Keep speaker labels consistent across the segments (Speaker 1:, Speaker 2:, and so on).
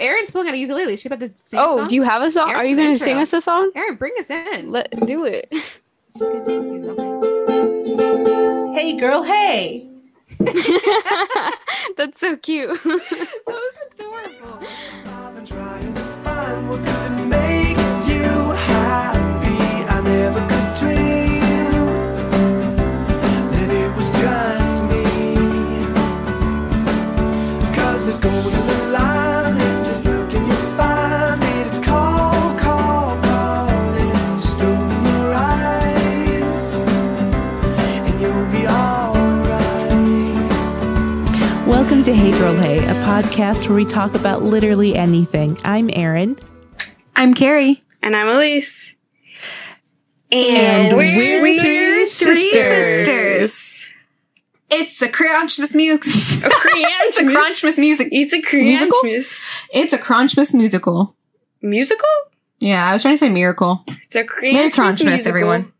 Speaker 1: Aaron's pulling out a ukulele. Is she about to sing?
Speaker 2: oh,
Speaker 1: a song?
Speaker 2: do you have a song? Are
Speaker 1: Eric's
Speaker 2: you gonna
Speaker 1: intro.
Speaker 2: sing us a song?
Speaker 1: Aaron, bring us in.
Speaker 2: Let do it.
Speaker 1: She's gonna thank you. Okay.
Speaker 3: Hey, girl, hey.
Speaker 2: That's so cute.
Speaker 1: That was adorable.
Speaker 4: I've been trying to find what could make you happy. I never could dream that it was just me. 'Cause there's gold in the line, and just look and you'll find it. It's call, call, calling, just open your eyes, and you'll be alright.
Speaker 5: Welcome to Hey Girl Hey, a podcast where we talk about literally anything. I'm Erin.
Speaker 1: I'm Carrie.
Speaker 2: And I'm Elise.
Speaker 1: And
Speaker 5: we're
Speaker 1: three sisters. It's a Crunchmas music. it's a Crunchmas music.
Speaker 2: It's a
Speaker 1: Musical?
Speaker 2: Christmas
Speaker 1: It's a Crunchmas musical.
Speaker 2: musical.
Speaker 1: Yeah, I was trying to say miracle.
Speaker 2: It's a
Speaker 1: Merry Crunchmas, everyone.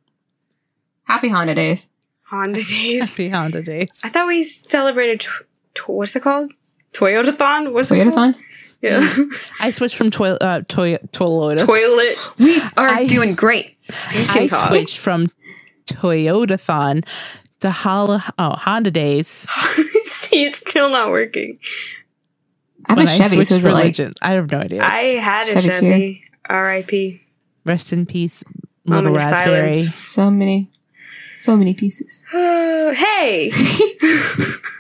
Speaker 1: Happy Honda days.
Speaker 2: Honda days.
Speaker 5: Happy Honda Day.
Speaker 2: I thought we celebrated. Tw- tw- what's it called? Toyotathon. What's it called?
Speaker 1: Toyotathon.
Speaker 2: Yeah.
Speaker 5: I switched from toil uh, toy- Toyota.
Speaker 2: Toilet.
Speaker 1: We are
Speaker 5: I-
Speaker 1: doing great.
Speaker 5: I
Speaker 2: talk.
Speaker 5: switched from Toyotathon to Hol- oh, Honda Days.
Speaker 2: See, it's still not working.
Speaker 1: I'm a
Speaker 5: when I
Speaker 1: Chevy,
Speaker 5: switched
Speaker 1: so is it like
Speaker 5: religions. I have no idea.
Speaker 2: I had a
Speaker 1: Chevy too.
Speaker 2: Chevy. R.I.P.
Speaker 5: Rest in peace,
Speaker 2: Moment
Speaker 5: Little
Speaker 2: of
Speaker 5: Raspberry.
Speaker 2: silence.
Speaker 1: so many, so many pieces.
Speaker 2: hey.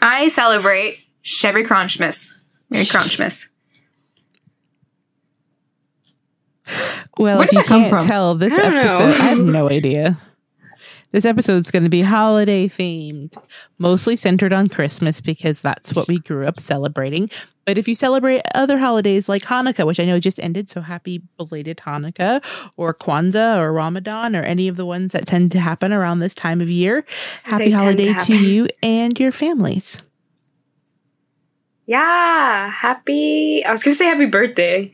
Speaker 1: I celebrate Chevy Crunchmas. Merry Crunchmas.
Speaker 5: Well,
Speaker 1: Where
Speaker 5: if
Speaker 1: did
Speaker 5: you
Speaker 1: that come
Speaker 5: can't
Speaker 1: from?
Speaker 5: tell, this
Speaker 2: I don't
Speaker 5: episode,
Speaker 2: know.
Speaker 5: I have no idea. This episode's going to be holiday themed, mostly centered on Christmas because that's what we grew up celebrating. But if you celebrate other holidays like Hanukkah, which I know just ended, so happy belated Hanukkah or Kwanzaa or Ramadan or any of the ones that tend to happen around this time of year, happy
Speaker 2: tend to
Speaker 5: holiday to,
Speaker 2: happen.
Speaker 5: you and your families.
Speaker 2: Yeah. Happy. I was gonna say happy birthday,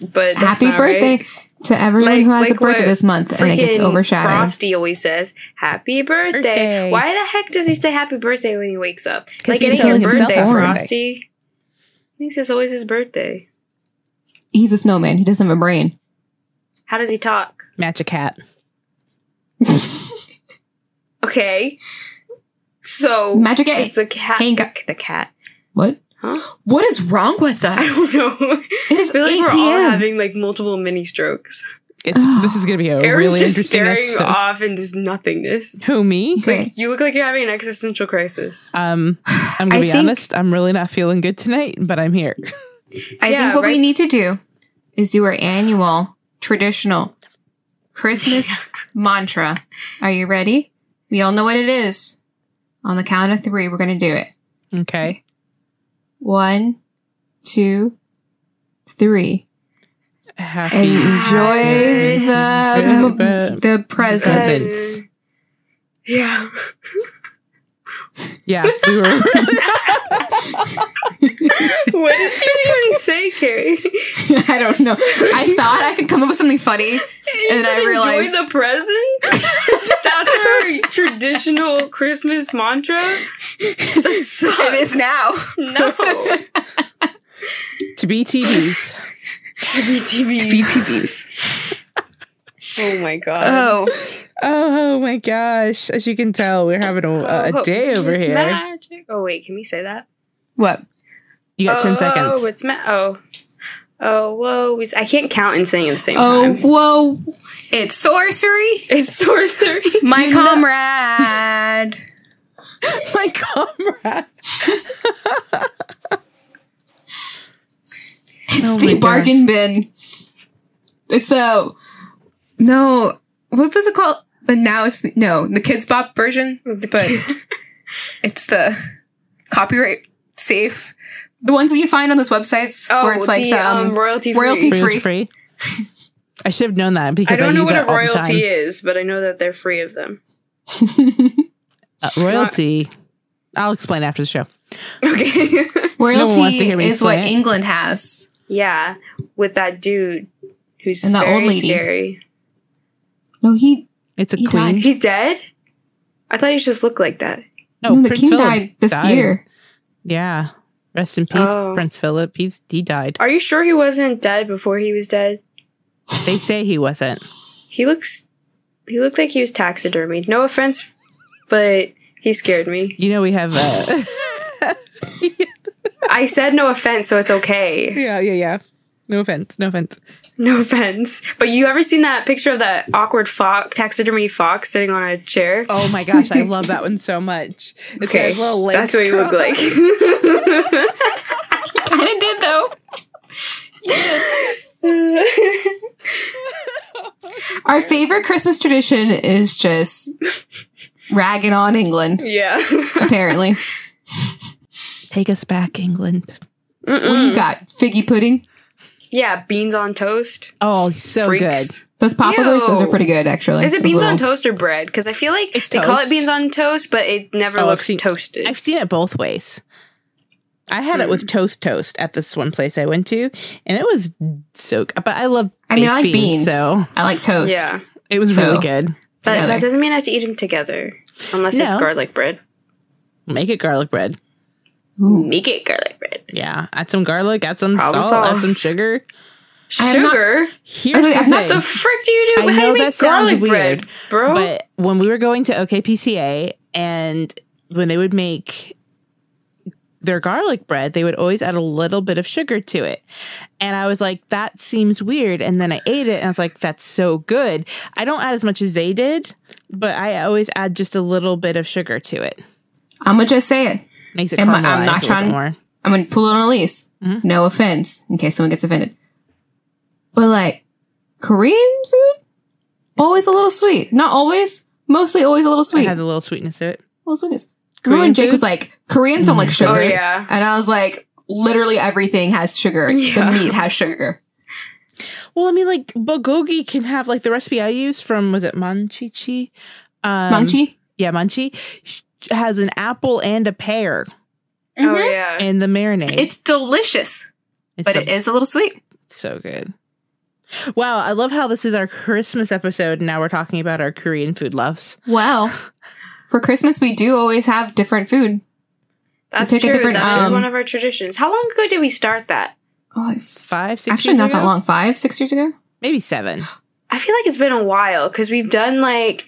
Speaker 2: but that's
Speaker 1: Happy
Speaker 2: not
Speaker 1: birthday
Speaker 2: right.
Speaker 1: to everyone
Speaker 2: Like-
Speaker 1: who has a
Speaker 2: like
Speaker 1: birthday
Speaker 2: what
Speaker 1: this month and it gets
Speaker 2: Freaking
Speaker 1: overshadowed.
Speaker 2: Frosty always says happy birthday.
Speaker 5: Birthday.
Speaker 2: Why the heck does he say happy birthday when he wakes up?
Speaker 5: 'Cause
Speaker 2: Like
Speaker 5: he
Speaker 2: it ain't
Speaker 1: feels
Speaker 2: your birthday,
Speaker 1: himself.
Speaker 2: Frosty. He thinks it's always his birthday.
Speaker 1: He's a snowman. He doesn't have a brain.
Speaker 2: How does he talk?
Speaker 5: Match a cat.
Speaker 2: Okay. So
Speaker 1: Magic
Speaker 2: it's
Speaker 1: eight.
Speaker 2: the cat.
Speaker 1: Hang up.
Speaker 2: The cat.
Speaker 1: What?
Speaker 2: Huh?
Speaker 1: What is wrong with
Speaker 2: I
Speaker 1: us?
Speaker 2: don't know.
Speaker 1: It
Speaker 2: I
Speaker 1: is
Speaker 2: feel like
Speaker 1: 8
Speaker 2: we're all
Speaker 1: p.m.
Speaker 2: having like multiple mini strokes.
Speaker 5: It's, this is going to be a
Speaker 2: Erin's
Speaker 5: really
Speaker 2: just
Speaker 5: interesting episode.
Speaker 2: staring off into nothingness.
Speaker 5: Who, me?
Speaker 1: Great.
Speaker 2: You look like you're having an existential crisis.
Speaker 5: Um, I'm gonna
Speaker 1: I
Speaker 5: be
Speaker 1: think-
Speaker 5: honest. I'm really not feeling good tonight, but I'm here.
Speaker 1: I
Speaker 2: Yeah,
Speaker 1: think what we
Speaker 2: right.
Speaker 1: need to do is do our annual traditional Christmas mantra. Are you ready? We all know what it is. On the count of three, we're going to do it.
Speaker 5: Okay.
Speaker 1: One, two, three.
Speaker 5: Happy.
Speaker 1: Enjoy the m- the presents.
Speaker 5: Presents.
Speaker 2: Yeah.
Speaker 5: Yeah, we were.
Speaker 2: what did you even say, Carrie?
Speaker 1: I don't know. I thought I could come up with something funny.
Speaker 2: And
Speaker 1: I
Speaker 2: I
Speaker 1: realized-
Speaker 2: realized enjoy the present. That's our traditional Christmas mantra. That sucks.
Speaker 1: It is now.
Speaker 2: No.
Speaker 5: to be TVs.
Speaker 2: BTB.
Speaker 1: BTBs.
Speaker 2: Oh my god.
Speaker 1: Oh,
Speaker 5: Oh my gosh! As you can tell, we're having Uh, a, a
Speaker 2: Oh,
Speaker 5: day over
Speaker 2: it's
Speaker 5: here.
Speaker 2: magic. Oh wait, can we say that?
Speaker 1: what?
Speaker 5: You got ten seconds.
Speaker 2: Oh, it's ma- oh. Oh, whoa. It's, I can't count and sing at the same
Speaker 1: Oh,
Speaker 2: time.
Speaker 1: whoa! It's sorcery,
Speaker 2: It's sorcery.
Speaker 1: my comrade.
Speaker 5: my comrade.
Speaker 1: It's
Speaker 5: Oh my
Speaker 1: the
Speaker 5: gosh.
Speaker 1: bargain bin. It's the no. What was it called? The now it's no the Kids Bop version, but it's the copyright safe. The ones that you find on those websites
Speaker 2: Oh,
Speaker 1: where it's like the, um,
Speaker 2: royalty free.
Speaker 1: royalty free.
Speaker 5: Royalty free. I should have known that because
Speaker 2: I
Speaker 5: I
Speaker 2: don't know
Speaker 5: use
Speaker 2: what a
Speaker 5: that all the time.
Speaker 2: royalty is, but I know that they're free of them.
Speaker 1: um,
Speaker 5: Uh, royalty. I'll explain after the show.
Speaker 2: Okay.
Speaker 5: wants to
Speaker 1: royalty
Speaker 5: hear me
Speaker 1: is what
Speaker 5: explain it.
Speaker 1: England has.
Speaker 2: yeah, with that dude who's
Speaker 1: And that
Speaker 2: very
Speaker 1: old lady.
Speaker 2: scary.
Speaker 1: No, he
Speaker 5: It's a
Speaker 1: He
Speaker 5: queen.
Speaker 1: died.
Speaker 2: He's dead? I thought he just looked like that.
Speaker 5: No,
Speaker 1: no, the
Speaker 5: Oh, Prince
Speaker 1: king
Speaker 5: Philip's
Speaker 1: died this year.
Speaker 5: Yeah, Rest in peace,
Speaker 2: Oh.
Speaker 5: Prince Philip. He's he died.
Speaker 2: Are you sure he wasn't dead before he was dead?
Speaker 5: They say he wasn't.
Speaker 2: He looks he looked like he was taxidermied. No offense, but he scared me.
Speaker 5: You know we have.
Speaker 1: Oh.
Speaker 5: Uh,
Speaker 2: I said no offense, so it's okay.
Speaker 5: yeah, yeah, yeah. No offense. No offense.
Speaker 2: No offense. But you ever seen that picture of that awkward fox taxidermy fox sitting on a chair?
Speaker 5: Oh my gosh, I love that one so much. It's got
Speaker 2: okay.
Speaker 5: his little legs
Speaker 2: That's what he looked
Speaker 5: crossed.
Speaker 2: like.
Speaker 1: kind of did though. Our favorite Christmas tradition is just ragging on England.
Speaker 2: yeah.
Speaker 1: Apparently,
Speaker 5: Take us back, England.
Speaker 1: what do you got? Figgy pudding.
Speaker 2: Yeah, beans on toast.
Speaker 5: Oh, so
Speaker 2: Freaks.
Speaker 1: Those popovers, those are
Speaker 2: Ew.
Speaker 1: pretty good actually.
Speaker 2: Is it
Speaker 1: Those
Speaker 2: beans
Speaker 1: little-
Speaker 2: on toast or bread? Because I feel like
Speaker 5: It's
Speaker 2: they call it
Speaker 5: toast.
Speaker 2: beans on toast, but it never
Speaker 5: Oh, I've
Speaker 2: looks
Speaker 5: seen-
Speaker 2: toasted.
Speaker 5: good. I've seen it both ways. I had
Speaker 1: Hmm.
Speaker 5: it with toast toast at this one place I went to, and it was so. good. But I love.
Speaker 1: I mean,
Speaker 5: baked
Speaker 1: I like beans.
Speaker 5: so
Speaker 1: I like toast.
Speaker 2: yeah,
Speaker 5: it was really
Speaker 1: So-
Speaker 5: good.
Speaker 2: but
Speaker 1: Together.
Speaker 2: that doesn't mean I have to eat them together, unless it's
Speaker 5: No.
Speaker 2: garlic bread.
Speaker 5: Make it garlic bread.
Speaker 1: Ooh.
Speaker 2: Make it garlic bread.
Speaker 5: Yeah, add some garlic, add some
Speaker 2: Problem
Speaker 5: salt, add
Speaker 2: solved.
Speaker 5: some sugar.
Speaker 1: I am not-
Speaker 2: Sugar.
Speaker 5: Here's
Speaker 1: like,
Speaker 5: the
Speaker 1: I'm not
Speaker 5: thing.
Speaker 2: the frick do you
Speaker 5: I
Speaker 2: do? How do
Speaker 5: know
Speaker 2: you
Speaker 5: that
Speaker 2: make
Speaker 5: sounds
Speaker 2: garlic
Speaker 5: weird,
Speaker 2: bread,
Speaker 1: Oh.
Speaker 2: bro?
Speaker 5: But when we were going to OKPCA and when they would make their garlic bread, they would always add a little bit of sugar to it. And I was like, that seems weird. And then I ate it and I was like, that's so good. I don't add as much as they did, but I always add just a little bit of sugar to it.
Speaker 1: I'm gonna just say it.
Speaker 5: Makes it
Speaker 1: Am I-
Speaker 5: caramelize
Speaker 1: I'm
Speaker 5: a
Speaker 1: not
Speaker 5: little bit
Speaker 1: trying-
Speaker 5: more.
Speaker 1: I'm gonna pull it on Elise.
Speaker 5: Mhm.
Speaker 1: No offense, in case someone gets offended. But like Korean food, always a little sweet. Not always, mostly always a little
Speaker 5: It
Speaker 1: sweet.
Speaker 5: has a little sweetness to it.
Speaker 1: little sweetness. Remember
Speaker 5: Korean
Speaker 1: when Jake
Speaker 5: food?
Speaker 1: was like, Koreans don't like sugar.
Speaker 2: Oh, yeah.
Speaker 1: And I was like, literally everything has sugar.
Speaker 2: Yeah.
Speaker 1: The meat has sugar.
Speaker 5: Well, I mean, like bulgogi can have like the recipe I use from was it Manchichi? Um,
Speaker 1: Mangchi?
Speaker 5: yeah, Munchie sh- has an apple and a pear
Speaker 2: oh
Speaker 1: Mhm.
Speaker 2: yeah,
Speaker 5: in the marinade.
Speaker 1: It's delicious,
Speaker 5: It's
Speaker 1: but
Speaker 5: so,
Speaker 1: it is a little sweet.
Speaker 5: so good. Wow, I love how this is our Christmas episode. And now we're talking about our Korean food loves.
Speaker 1: Well, for Christmas, we do always have different food.
Speaker 2: that's
Speaker 1: take a
Speaker 2: true.
Speaker 1: different,
Speaker 2: That is
Speaker 1: um,
Speaker 2: one of our traditions. How long ago did we start that?
Speaker 1: Oh,
Speaker 5: Five, six,
Speaker 1: actually,
Speaker 5: years
Speaker 1: not
Speaker 5: ago?
Speaker 1: that long. Five, six years ago?
Speaker 5: maybe seven.
Speaker 2: I feel like it's been a while because we've done like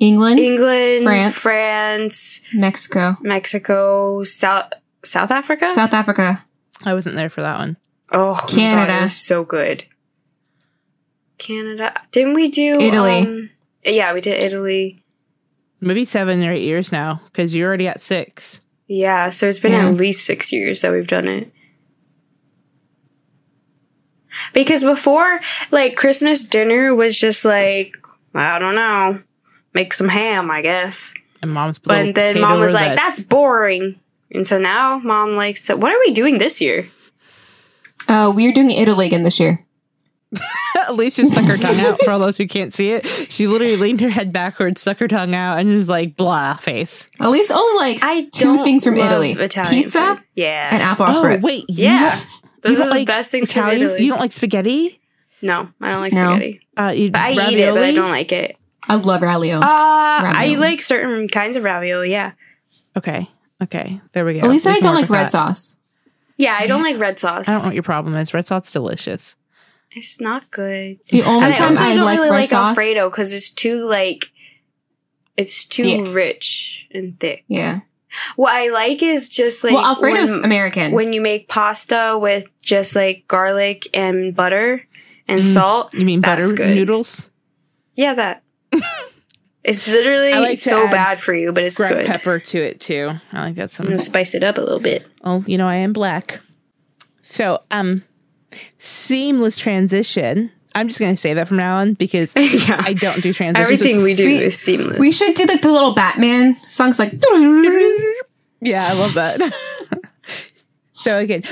Speaker 5: Mm-hmm.
Speaker 1: England,
Speaker 2: England, France,
Speaker 1: France. Mexico,
Speaker 2: Mexico, South South Africa,
Speaker 1: South Africa.
Speaker 5: I wasn't there for that one.
Speaker 2: oh Canada,
Speaker 1: Canada.
Speaker 2: so good. Canada, didn't we do
Speaker 1: Italy.
Speaker 2: um, yeah, we did Italy.
Speaker 5: Maybe seven or eight years now because you're already at six.
Speaker 2: Yeah, so it's been
Speaker 1: Yeah.
Speaker 2: at least six years that we've done it. Because before, like, Christmas dinner was just like, I don't know, make some ham, I guess.
Speaker 5: And mom's
Speaker 2: But
Speaker 5: little
Speaker 2: then
Speaker 5: potato
Speaker 2: mom was like,
Speaker 5: rosettes.
Speaker 2: that's boring. And so now mom likes to, what are we doing this year?
Speaker 1: Uh, we're doing Italy again this year.
Speaker 5: Elise just stuck her tongue out for all those who can't see it. She literally leaned her head backwards, stuck her tongue out, and was like, blah, face.
Speaker 1: Elise only likes
Speaker 2: I
Speaker 1: two things from
Speaker 2: love
Speaker 1: Italy
Speaker 2: Italian
Speaker 1: pizza
Speaker 2: food. Yeah.
Speaker 1: and apple spritz.
Speaker 5: Oh, wait. you
Speaker 2: yeah. Those
Speaker 5: You
Speaker 2: are
Speaker 5: don't
Speaker 2: the
Speaker 5: like
Speaker 2: best things from
Speaker 5: Italian-
Speaker 2: Italy.
Speaker 5: You don't like spaghetti?
Speaker 2: no, I don't like
Speaker 1: No.
Speaker 2: spaghetti.
Speaker 5: Uh, you
Speaker 2: But I eat it, but I don't like it.
Speaker 1: I love ravioli.
Speaker 2: Uh, I
Speaker 1: Ravioli.
Speaker 2: like certain kinds of ravioli, yeah.
Speaker 5: Okay, okay, there we go.
Speaker 1: At least
Speaker 5: We
Speaker 1: I
Speaker 5: can
Speaker 1: don't
Speaker 5: work
Speaker 1: like
Speaker 5: with
Speaker 1: red
Speaker 5: that.
Speaker 1: sauce.
Speaker 2: Yeah, I don't like red sauce.
Speaker 5: I don't know what your problem is. Red sauce delicious.
Speaker 2: It's not good.
Speaker 1: The only
Speaker 2: And I
Speaker 1: time
Speaker 2: also
Speaker 1: I,
Speaker 2: don't
Speaker 1: like
Speaker 2: really
Speaker 1: red
Speaker 2: like
Speaker 1: sauce,
Speaker 2: Alfredo because it's too like it's too
Speaker 1: Yeah.
Speaker 2: rich and thick.
Speaker 1: yeah.
Speaker 2: What I like is just like
Speaker 1: well, Alfredo's
Speaker 2: when,
Speaker 1: American.
Speaker 2: when you make pasta with just like garlic and butter and
Speaker 5: Mm.
Speaker 2: salt.
Speaker 5: You mean
Speaker 2: That's
Speaker 5: butter
Speaker 2: good.
Speaker 5: noodles?
Speaker 2: Yeah, that. it's literally
Speaker 5: I like to
Speaker 2: so
Speaker 5: add
Speaker 2: bad for you, but it's
Speaker 5: Grab
Speaker 2: good.
Speaker 5: pepper to it too. I like that
Speaker 2: I'm
Speaker 5: some.
Speaker 2: gonna spice it up a little bit.
Speaker 5: Oh, you know I am black. So, um, seamless transition. I'm just gonna say that from now on because
Speaker 2: yeah,
Speaker 5: I don't do transitions.
Speaker 2: everything we do
Speaker 1: sweet-
Speaker 2: is seamless.
Speaker 1: we should do like the little Batman songs, like
Speaker 5: Yeah, I love that. so again,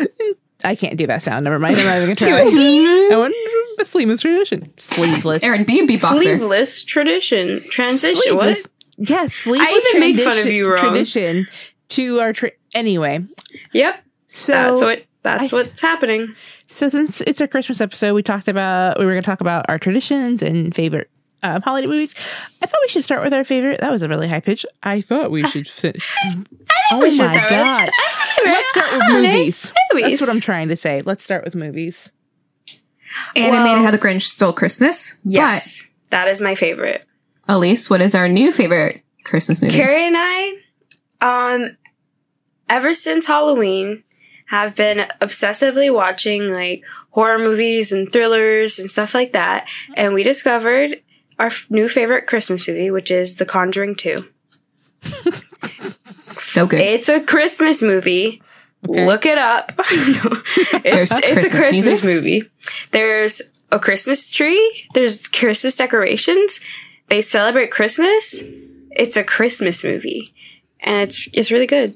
Speaker 5: I can't do that sound. Never mind. I'm not even gonna try. I
Speaker 1: Aaron
Speaker 5: want the sleeveless tradition. Sleeveless.
Speaker 1: B and B boxer.
Speaker 2: Sleeveless tradition transition. What?
Speaker 5: Sleeveless- Yes, sleeveless.
Speaker 2: even made fun of
Speaker 5: tradition-
Speaker 2: you wrong.
Speaker 5: Tradition to our tra- anyway.
Speaker 2: Yep,
Speaker 5: So
Speaker 2: that's what that's
Speaker 5: I-
Speaker 2: what's happening.
Speaker 5: so since it's our Christmas episode, we talked about we were going to talk about our traditions and favorite uh, holiday movies. I thought we should start with our favorite. That was a really high pitch. I thought we should. Finish. oh
Speaker 2: we
Speaker 5: my
Speaker 2: should start with-
Speaker 5: gosh!
Speaker 2: Anyway,
Speaker 5: Let's start with
Speaker 2: holiday
Speaker 5: movies.
Speaker 2: movies.
Speaker 5: That's what I'm trying to say. Let's start with movies.
Speaker 1: Animated
Speaker 2: Well-
Speaker 1: How the Grinch Stole Christmas.
Speaker 2: Yes, that is my favorite.
Speaker 1: But Elise, what is our new favorite Christmas movie?
Speaker 2: Carrie and I, um, ever since Halloween, have been obsessively watching like horror movies and thrillers and stuff like that. And we discovered our f- new favorite Christmas movie, which is The Conjuring 2.
Speaker 1: so good.
Speaker 2: It's a Christmas movie.
Speaker 5: Okay.
Speaker 2: Look it up. it's
Speaker 1: There's
Speaker 2: it's
Speaker 1: Christmas
Speaker 2: a Christmas
Speaker 1: music?
Speaker 2: movie. There's a Christmas tree. There's Christmas decorations. They celebrate Christmas. It's a Christmas movie, and it's it's really good.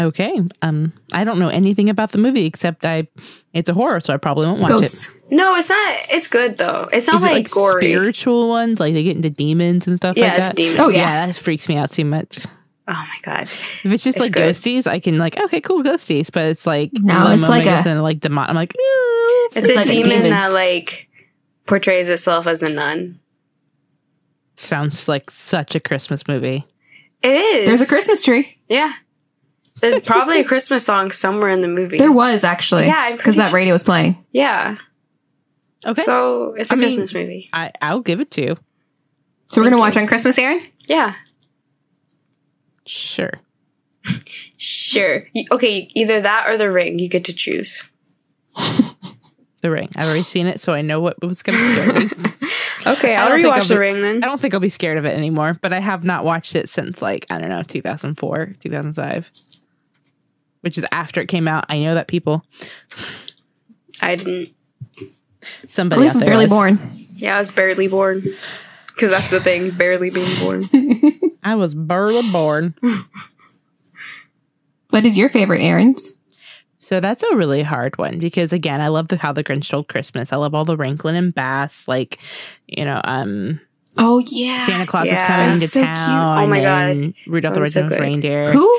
Speaker 5: Okay. Um, I don't know anything about the movie except I, it's a horror, so I probably won't watch it.
Speaker 1: Ghosts.
Speaker 2: No, it's not. It's good though. It's not
Speaker 5: Is it
Speaker 2: like,
Speaker 5: like
Speaker 2: Oh gory.
Speaker 5: spiritual ones? Like they get into demons and stuff
Speaker 2: yeah,
Speaker 5: like
Speaker 2: it's
Speaker 5: that?
Speaker 2: demon.
Speaker 1: Oh,
Speaker 5: yeah.
Speaker 1: yeah.
Speaker 5: that freaks me out too much.
Speaker 2: Oh my god.
Speaker 5: If it's just
Speaker 2: It's
Speaker 5: like
Speaker 2: good.
Speaker 5: ghosties, I can like okay, cool ghosties, but it's like
Speaker 1: No,
Speaker 5: Lin
Speaker 1: it's like
Speaker 5: Manuel
Speaker 1: a-
Speaker 5: and like demon. I'm like, ooh.
Speaker 2: It's,
Speaker 1: It's
Speaker 2: a,
Speaker 1: like a
Speaker 2: demon
Speaker 1: demon.
Speaker 2: that like portrays itself as a nun.
Speaker 5: sounds like such a Christmas movie.
Speaker 2: It is.
Speaker 1: There's a Christmas tree.
Speaker 2: Yeah. There's probably a Christmas song somewhere in the movie.
Speaker 1: There was actually.
Speaker 2: Yeah, I'm
Speaker 1: because
Speaker 2: pretty
Speaker 1: that
Speaker 2: sure-
Speaker 1: radio was playing.
Speaker 2: Yeah.
Speaker 5: Okay,
Speaker 2: So it's a
Speaker 5: I mean-
Speaker 2: Christmas movie.
Speaker 5: I I'll give it to you.
Speaker 1: So we're
Speaker 2: Thank
Speaker 1: gonna
Speaker 2: you.
Speaker 1: watch on Christmas, Aaron.
Speaker 2: Yeah.
Speaker 5: Sure.
Speaker 2: Sure. Y- Okay. Either that or The Ring. You get to choose.
Speaker 5: The Ring. I've already seen it, so I know what what's going to scare me.
Speaker 2: Okay.
Speaker 5: I
Speaker 2: I'll
Speaker 5: don't think
Speaker 2: rewatch
Speaker 5: I'll
Speaker 2: The
Speaker 5: be-
Speaker 2: Ring then.
Speaker 5: I don't think I'll be scared of it anymore, but I have not watched it since like, I don't know, 2004, 2005, which is after it came out. I know that people,
Speaker 2: I didn't.
Speaker 5: somebody
Speaker 1: Elise
Speaker 5: out
Speaker 1: was
Speaker 5: there
Speaker 1: barely
Speaker 5: is-
Speaker 1: born.
Speaker 2: Yeah, I was barely born. Because that's the thing, barely being born.
Speaker 5: I was barely born.
Speaker 1: What is your favorite, Aaron's?
Speaker 5: So that's a really hard one because again, I love the how the Grinch stole Christmas. I love all the Ranklin and Bass, like you know, um,
Speaker 1: Oh yeah.
Speaker 5: Santa Claus
Speaker 2: Ah, Yeah.
Speaker 5: is coming
Speaker 1: They're
Speaker 5: to
Speaker 1: so cute.
Speaker 5: town.
Speaker 2: Oh my
Speaker 5: and Rudolph the
Speaker 2: Those are
Speaker 5: Red-Nosed
Speaker 2: good.
Speaker 5: Reindeer.
Speaker 1: Who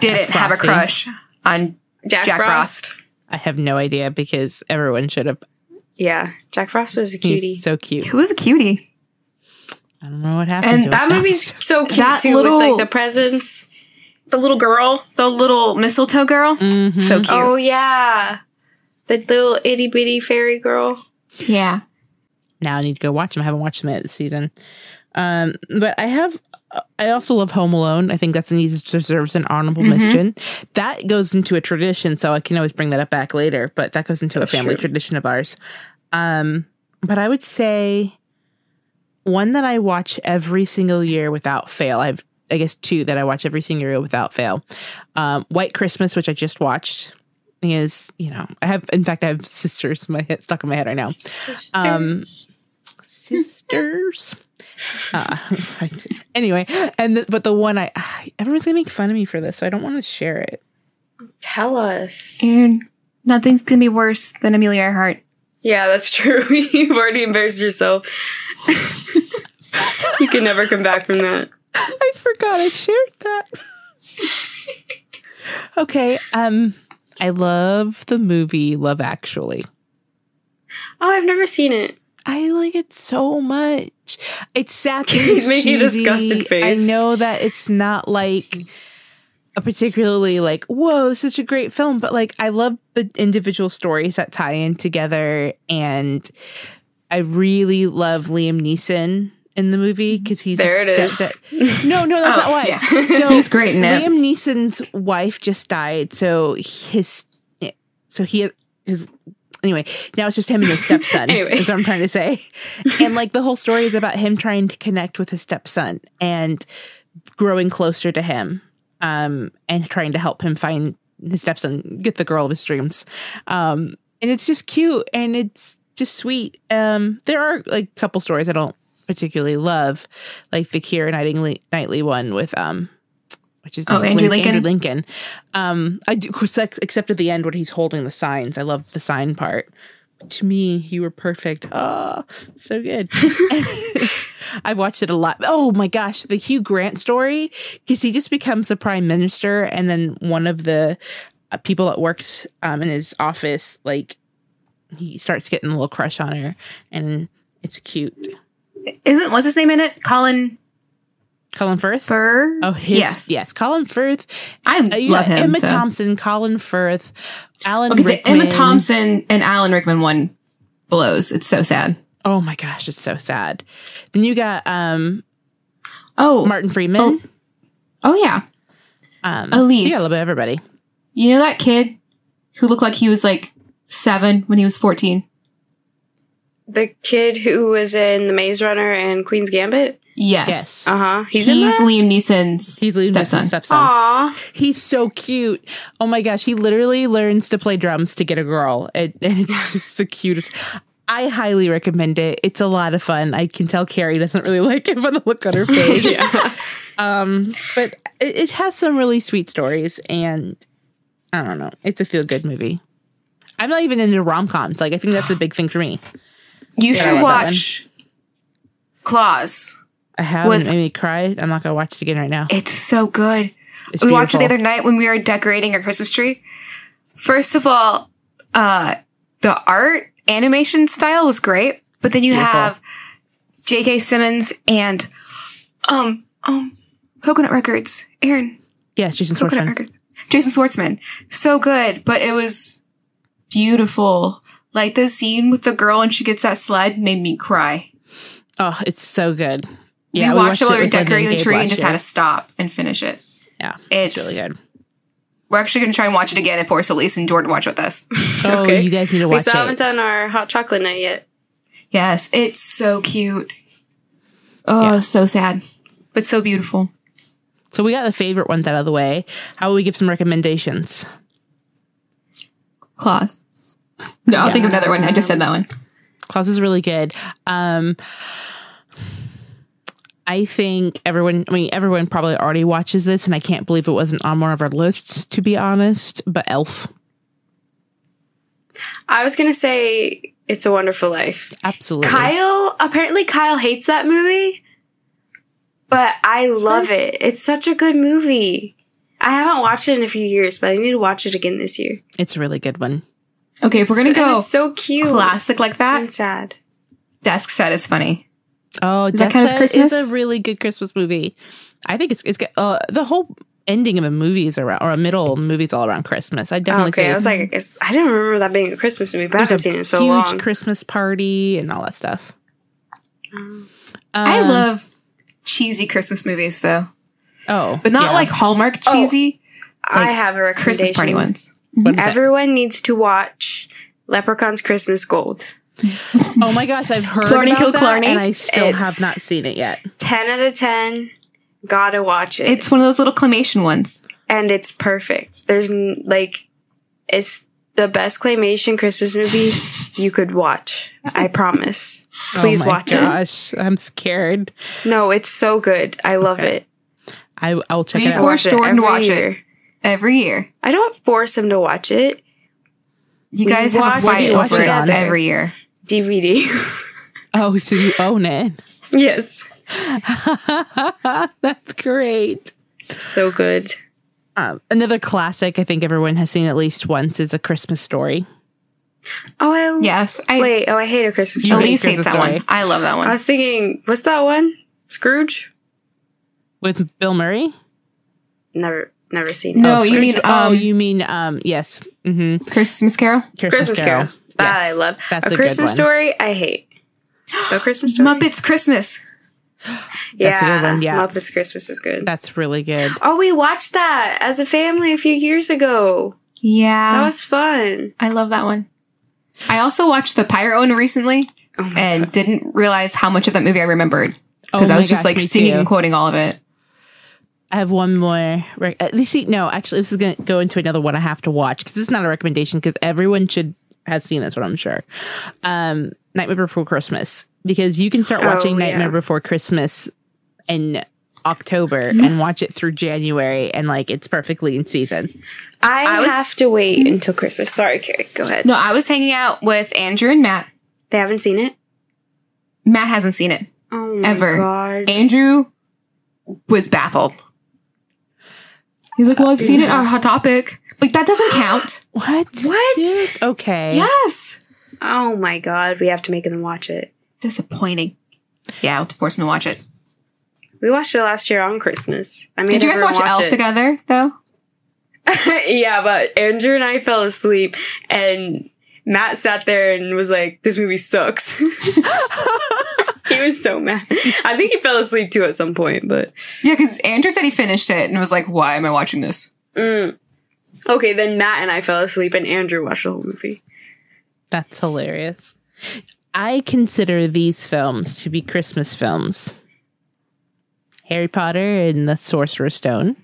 Speaker 1: didn't have a
Speaker 5: Frosty.
Speaker 1: crush on?
Speaker 2: Jack,
Speaker 1: Jack
Speaker 2: Frost.
Speaker 5: I have no idea because everyone should have.
Speaker 2: Yeah, Jack Frost was a cutie.
Speaker 5: He's so cute.
Speaker 1: Who was a cutie?
Speaker 5: I don't know what happened.
Speaker 1: And
Speaker 5: to
Speaker 2: that
Speaker 5: it.
Speaker 2: movie's so cute
Speaker 1: That
Speaker 2: too, with
Speaker 1: little-
Speaker 2: like the presents.
Speaker 1: The little girl, the little mistletoe girl.
Speaker 5: Mhm.
Speaker 1: So cute.
Speaker 2: Oh yeah, the little itty bitty fairy girl.
Speaker 1: Yeah.
Speaker 5: now I need to go watch them. I haven't watched them yet this season. Um, but I have. I also love Home Alone. I think that's an easy deserves an honorable
Speaker 2: Mm-hmm.
Speaker 1: Mhm.
Speaker 5: mention. That goes into a tradition, so I can always bring that up back later. But that goes into
Speaker 2: That's
Speaker 5: a family
Speaker 2: true.
Speaker 5: tradition of ours. Um, but I would say one that I watch every single year without fail. I've I guess two that I watch every single year without fail. Um, White Christmas, which I just watched, is you know I have in fact I have sisters in my head stuck in my head right now. Um, sisters. uh, anyway, and th- but the one I everyone's gonna make fun of me for this, so I don't want to share it.
Speaker 2: Tell us.
Speaker 1: Aaron, nothing's gonna be worse than Amelia Earhart.
Speaker 2: Yeah, that's true. You've already embarrassed yourself. you can never come back from that.
Speaker 5: I forgot I shared that. okay. Um, I love the movie Love Actually.
Speaker 2: Oh, I've never seen it.
Speaker 5: I like it so much. It's sappy.
Speaker 2: He's
Speaker 5: it's
Speaker 2: making a
Speaker 5: cheesy.
Speaker 2: disgusted face.
Speaker 5: I know that it's not like a particularly like whoa, this is such a great film, but like I love the individual stories that tie in together, and I really love Liam Neeson in the movie because he's
Speaker 2: There it
Speaker 5: just-
Speaker 2: is. Oh,
Speaker 5: that- no, no, that's not why.
Speaker 1: yeah.
Speaker 5: So
Speaker 1: He's great in it.
Speaker 5: Liam Neeson's wife just died, so his so he his anyway. Now it's just him and his stepson.
Speaker 2: Anyway.
Speaker 5: is what I'm trying to say. And like the whole story is about him trying to connect with his stepson and growing closer to him, um, and trying to help him find his stepson, get the girl of his dreams. Um, and it's just cute and it's just sweet. Um, there are like a couple stories I don't particularly love, like the Keira Knightley, Knightley one with um, which is
Speaker 1: Oh, Andrew
Speaker 5: Lin-
Speaker 1: Lincoln?
Speaker 5: Lincoln. Um, I do except except at the end when he's holding the signs. I love the sign part. To me, you were perfect. Ah, so good. I've watched it a lot. Oh my gosh, the Hugh Grant story because he just becomes the prime minister, and then one of the uh, people that works um, in his office, like he starts getting a little crush on her, and it's cute.
Speaker 1: Isn't what's his name in it? Colin
Speaker 5: Colin Firth.
Speaker 1: Fur?
Speaker 5: Oh, his,
Speaker 1: yes.
Speaker 5: yes, yes, Colin Firth.
Speaker 1: I
Speaker 5: Uh,
Speaker 1: love
Speaker 5: yeah,
Speaker 1: him.
Speaker 5: Emma
Speaker 1: so.
Speaker 5: Thompson, Colin Firth, Alan
Speaker 1: Okay, the
Speaker 5: Rickman.
Speaker 1: Emma Thompson and Alan Rickman one blows. It's so sad.
Speaker 5: Oh my gosh, it's so sad. Then you got um
Speaker 1: Oh,
Speaker 5: Martin Freeman.
Speaker 1: oh yeah.
Speaker 5: um,
Speaker 1: Elise.
Speaker 5: Yeah, a little bit of everybody.
Speaker 1: You know that kid who looked like he was like seven when he was fourteen.
Speaker 2: The kid who was in The Maze Runner and Queen's Gambit.
Speaker 1: Yes,
Speaker 5: Yes.
Speaker 2: Uh huh.
Speaker 1: He's,
Speaker 2: He's, in that.
Speaker 1: Liam Neeson's
Speaker 5: He's leading
Speaker 1: stepson.
Speaker 5: stepson.
Speaker 2: Aw,
Speaker 5: He's so cute. Oh my gosh, he literally learns to play drums to get a girl. And, and it's just the cutest. I highly recommend it. It's a lot of fun. I can tell Carrie doesn't really like it by the look on her face.
Speaker 2: yeah.
Speaker 5: Um, but it, it has some really sweet stories, and I don't know. It's a feel good movie. I'm not even into rom coms. Like I think that's a big thing for me.
Speaker 1: You
Speaker 5: Yeah, I
Speaker 1: should
Speaker 5: like that
Speaker 1: watch Claws.
Speaker 5: I have and it
Speaker 1: With-
Speaker 5: made me cry. I'm not gonna watch it again right now.
Speaker 1: It's so good.
Speaker 5: It's
Speaker 1: we watched it the
Speaker 5: beautiful.
Speaker 1: other night when we were decorating our Christmas tree. First of all, uh, the art animation style was great, but then you
Speaker 5: Beautiful.
Speaker 1: have J.K. Simmons and um um Coconut Records, Aaron
Speaker 5: Yes, Jason
Speaker 1: Coconut
Speaker 5: Schwartzman.
Speaker 1: Records, Jason Schwartzman, so good, but it was beautiful. Like the scene with the girl and she gets that sled made me cry.
Speaker 5: Oh, it's so good.
Speaker 1: we, watched, it while we were
Speaker 5: with Linda and
Speaker 1: decorating the
Speaker 5: Gabe
Speaker 1: tree and
Speaker 5: last
Speaker 1: just
Speaker 5: year.
Speaker 1: had to stop and finish it.
Speaker 5: Yeah,
Speaker 1: It's,
Speaker 5: it's really good.
Speaker 1: We're actually going to try and watch it again and force Elise and Jordan to watch with us.
Speaker 5: Oh,
Speaker 2: Okay.
Speaker 5: you guys need to
Speaker 2: we
Speaker 5: watch
Speaker 2: still haven't
Speaker 5: it.
Speaker 2: done our hot chocolate night yet.
Speaker 1: Yes, it's so cute. Oh,
Speaker 5: Yeah.
Speaker 1: so sad, but so beautiful.
Speaker 5: So we got the favorite ones out of the way. How will we give some recommendations?
Speaker 1: Claws. No, I'll
Speaker 5: Yeah.
Speaker 1: think of another one. I just said that one.
Speaker 5: Klaus is really good. Um, I think everyone, I mean, everyone probably already watches this, and I can't believe it wasn't on one of our lists, to be honest. But Elf,
Speaker 2: I was gonna say It's a Wonderful Life.
Speaker 5: absolutely.
Speaker 2: Kyle apparently Kyle hates that movie, but I love it. It's such a good movie. I haven't watched it in a few years, but I need to watch it again this year.
Speaker 5: It's a really good one.
Speaker 1: Okay, if we're going to
Speaker 2: So- and
Speaker 1: go
Speaker 2: It's so cute.
Speaker 1: classic like
Speaker 2: and
Speaker 1: that,
Speaker 2: sad.
Speaker 1: Desk Set is funny.
Speaker 5: Oh,
Speaker 1: that
Speaker 5: Death
Speaker 1: count as
Speaker 5: Set is
Speaker 1: Christmas?
Speaker 5: a really good Christmas movie. I think it's, it's good. Uh, the whole ending of a movie is around, or a middle movie is all around Christmas. I definitely
Speaker 2: okay,
Speaker 5: say
Speaker 2: I was
Speaker 5: it's-
Speaker 2: like, I, guess, I didn't remember that being a Christmas movie, but I haven't
Speaker 5: there's a
Speaker 2: seen it in so
Speaker 5: huge
Speaker 2: long.
Speaker 5: Christmas party and all that stuff.
Speaker 1: I
Speaker 5: Um,
Speaker 1: love cheesy Christmas movies though,
Speaker 5: oh,
Speaker 1: but not
Speaker 5: yeah.
Speaker 1: like Hallmark cheesy
Speaker 2: I have a recommendation.
Speaker 1: Christmas party ones.
Speaker 5: What is it?
Speaker 2: Everyone needs to watch Leprechaun's Christmas Gold.
Speaker 5: Oh my gosh, I've heard
Speaker 1: Clarny
Speaker 5: about
Speaker 1: Kill
Speaker 5: that,
Speaker 1: Clarny.
Speaker 5: and I still
Speaker 2: It's-
Speaker 5: have not seen it yet.
Speaker 2: Ten out of ten. Gotta watch it.
Speaker 1: It's one of those little claymation ones.
Speaker 2: and it's perfect. There's n- like, it's the best claymation Christmas movie you could watch. I promise. Please watch
Speaker 5: it. Oh Gosh, I'm scared.
Speaker 2: it. No, it's so good. I love it.
Speaker 5: I I'll check
Speaker 1: We
Speaker 5: it out.
Speaker 1: force
Speaker 2: Watch it
Speaker 1: Jordan to
Speaker 2: every
Speaker 1: watch it
Speaker 2: year.
Speaker 1: every year.
Speaker 2: I don't force him to watch it.
Speaker 1: You
Speaker 2: We
Speaker 1: guys have a
Speaker 2: watch-
Speaker 1: fight
Speaker 5: we watch
Speaker 1: over it
Speaker 5: together.
Speaker 1: every year.
Speaker 2: DVD.
Speaker 5: Oh, so you own it?
Speaker 2: yes,
Speaker 5: That's great.
Speaker 2: so good.
Speaker 5: Um, another classic I think everyone has seen at least once is A Christmas Story.
Speaker 2: Oh, I l-
Speaker 1: Yes, I
Speaker 2: Wait. Oh, I hate a Christmas
Speaker 5: You
Speaker 2: story.
Speaker 5: hate
Speaker 1: Elise hates
Speaker 5: Christmas
Speaker 1: that
Speaker 5: Story.
Speaker 1: one. I love that one.
Speaker 2: I was thinking, what's that one? Scrooge.
Speaker 5: with Bill Murray.
Speaker 2: Never, never seen.
Speaker 1: No,
Speaker 5: oh,
Speaker 1: you
Speaker 5: Scrooge-
Speaker 1: mean um,
Speaker 5: oh, you mean um, yes, mm-hmm.
Speaker 1: Christmas Carol?
Speaker 2: it. Christmas Carol. That
Speaker 5: Yes,
Speaker 2: I love.
Speaker 5: That's
Speaker 2: a,
Speaker 5: a,
Speaker 2: Christmas
Speaker 5: good one.
Speaker 2: story. I hate. A Christmas story.
Speaker 1: Muppets Christmas.
Speaker 2: Yeah,
Speaker 5: That's a good one, yeah.
Speaker 2: Muppets Christmas is good.
Speaker 5: That's really good.
Speaker 2: Oh, we watched that as a family a few years ago.
Speaker 1: Yeah,
Speaker 2: That was fun.
Speaker 1: I love that one. I also watched the Pirate one recently and didn't realize how much of that movie I remembered because
Speaker 5: Oh
Speaker 1: I
Speaker 5: my
Speaker 1: was just
Speaker 5: gosh,
Speaker 1: like
Speaker 5: me
Speaker 1: singing
Speaker 5: too.
Speaker 1: and quoting all of it.
Speaker 5: I have one more. Rec- uh, see, no, actually, this is going to go into another one I have to watch because it's not a recommendation because everyone should has seen this one. I'm sure. Um, Nightmare Before Christmas because you can start
Speaker 2: Oh,
Speaker 5: watching Nightmare
Speaker 2: yeah.
Speaker 5: Before Christmas in October
Speaker 2: Mm-hmm.
Speaker 5: and watch it through January and like it's perfectly in season.
Speaker 2: I, have to wait until Christmas. Sorry, Carrie. Go ahead.
Speaker 1: No, I was hanging out with Andrew and Matt.
Speaker 2: They haven't seen it.
Speaker 1: Matt hasn't seen it.
Speaker 2: Oh my
Speaker 1: Ever.
Speaker 2: god.
Speaker 1: Andrew was baffled. He's like, "Well, I've seen it on Hot Topic. Like that doesn't count."
Speaker 5: What?
Speaker 2: What?
Speaker 5: Dude? Okay.
Speaker 1: yes,
Speaker 2: Oh my god. We have to make them watch it.
Speaker 1: disappointing. Yeah, I'll have to force him to watch it.
Speaker 2: We watched it last year on Christmas. I mean,
Speaker 1: Did you guys
Speaker 2: everyone
Speaker 1: watch
Speaker 2: watched
Speaker 1: Elf
Speaker 2: it.
Speaker 1: together though?
Speaker 2: yeah, but Andrew and I fell asleep, and Matt sat there and was like, "This movie sucks." he was so mad. I think he fell asleep too at some point, but
Speaker 1: Yeah, because Andrew said he finished it and was like, "Why am I watching this?"
Speaker 2: mm. okay. Then Matt and I fell asleep, and Andrew watched the whole movie.
Speaker 5: That's hilarious. I consider these films to be Christmas films. Harry Potter and the Sorcerer's Stone,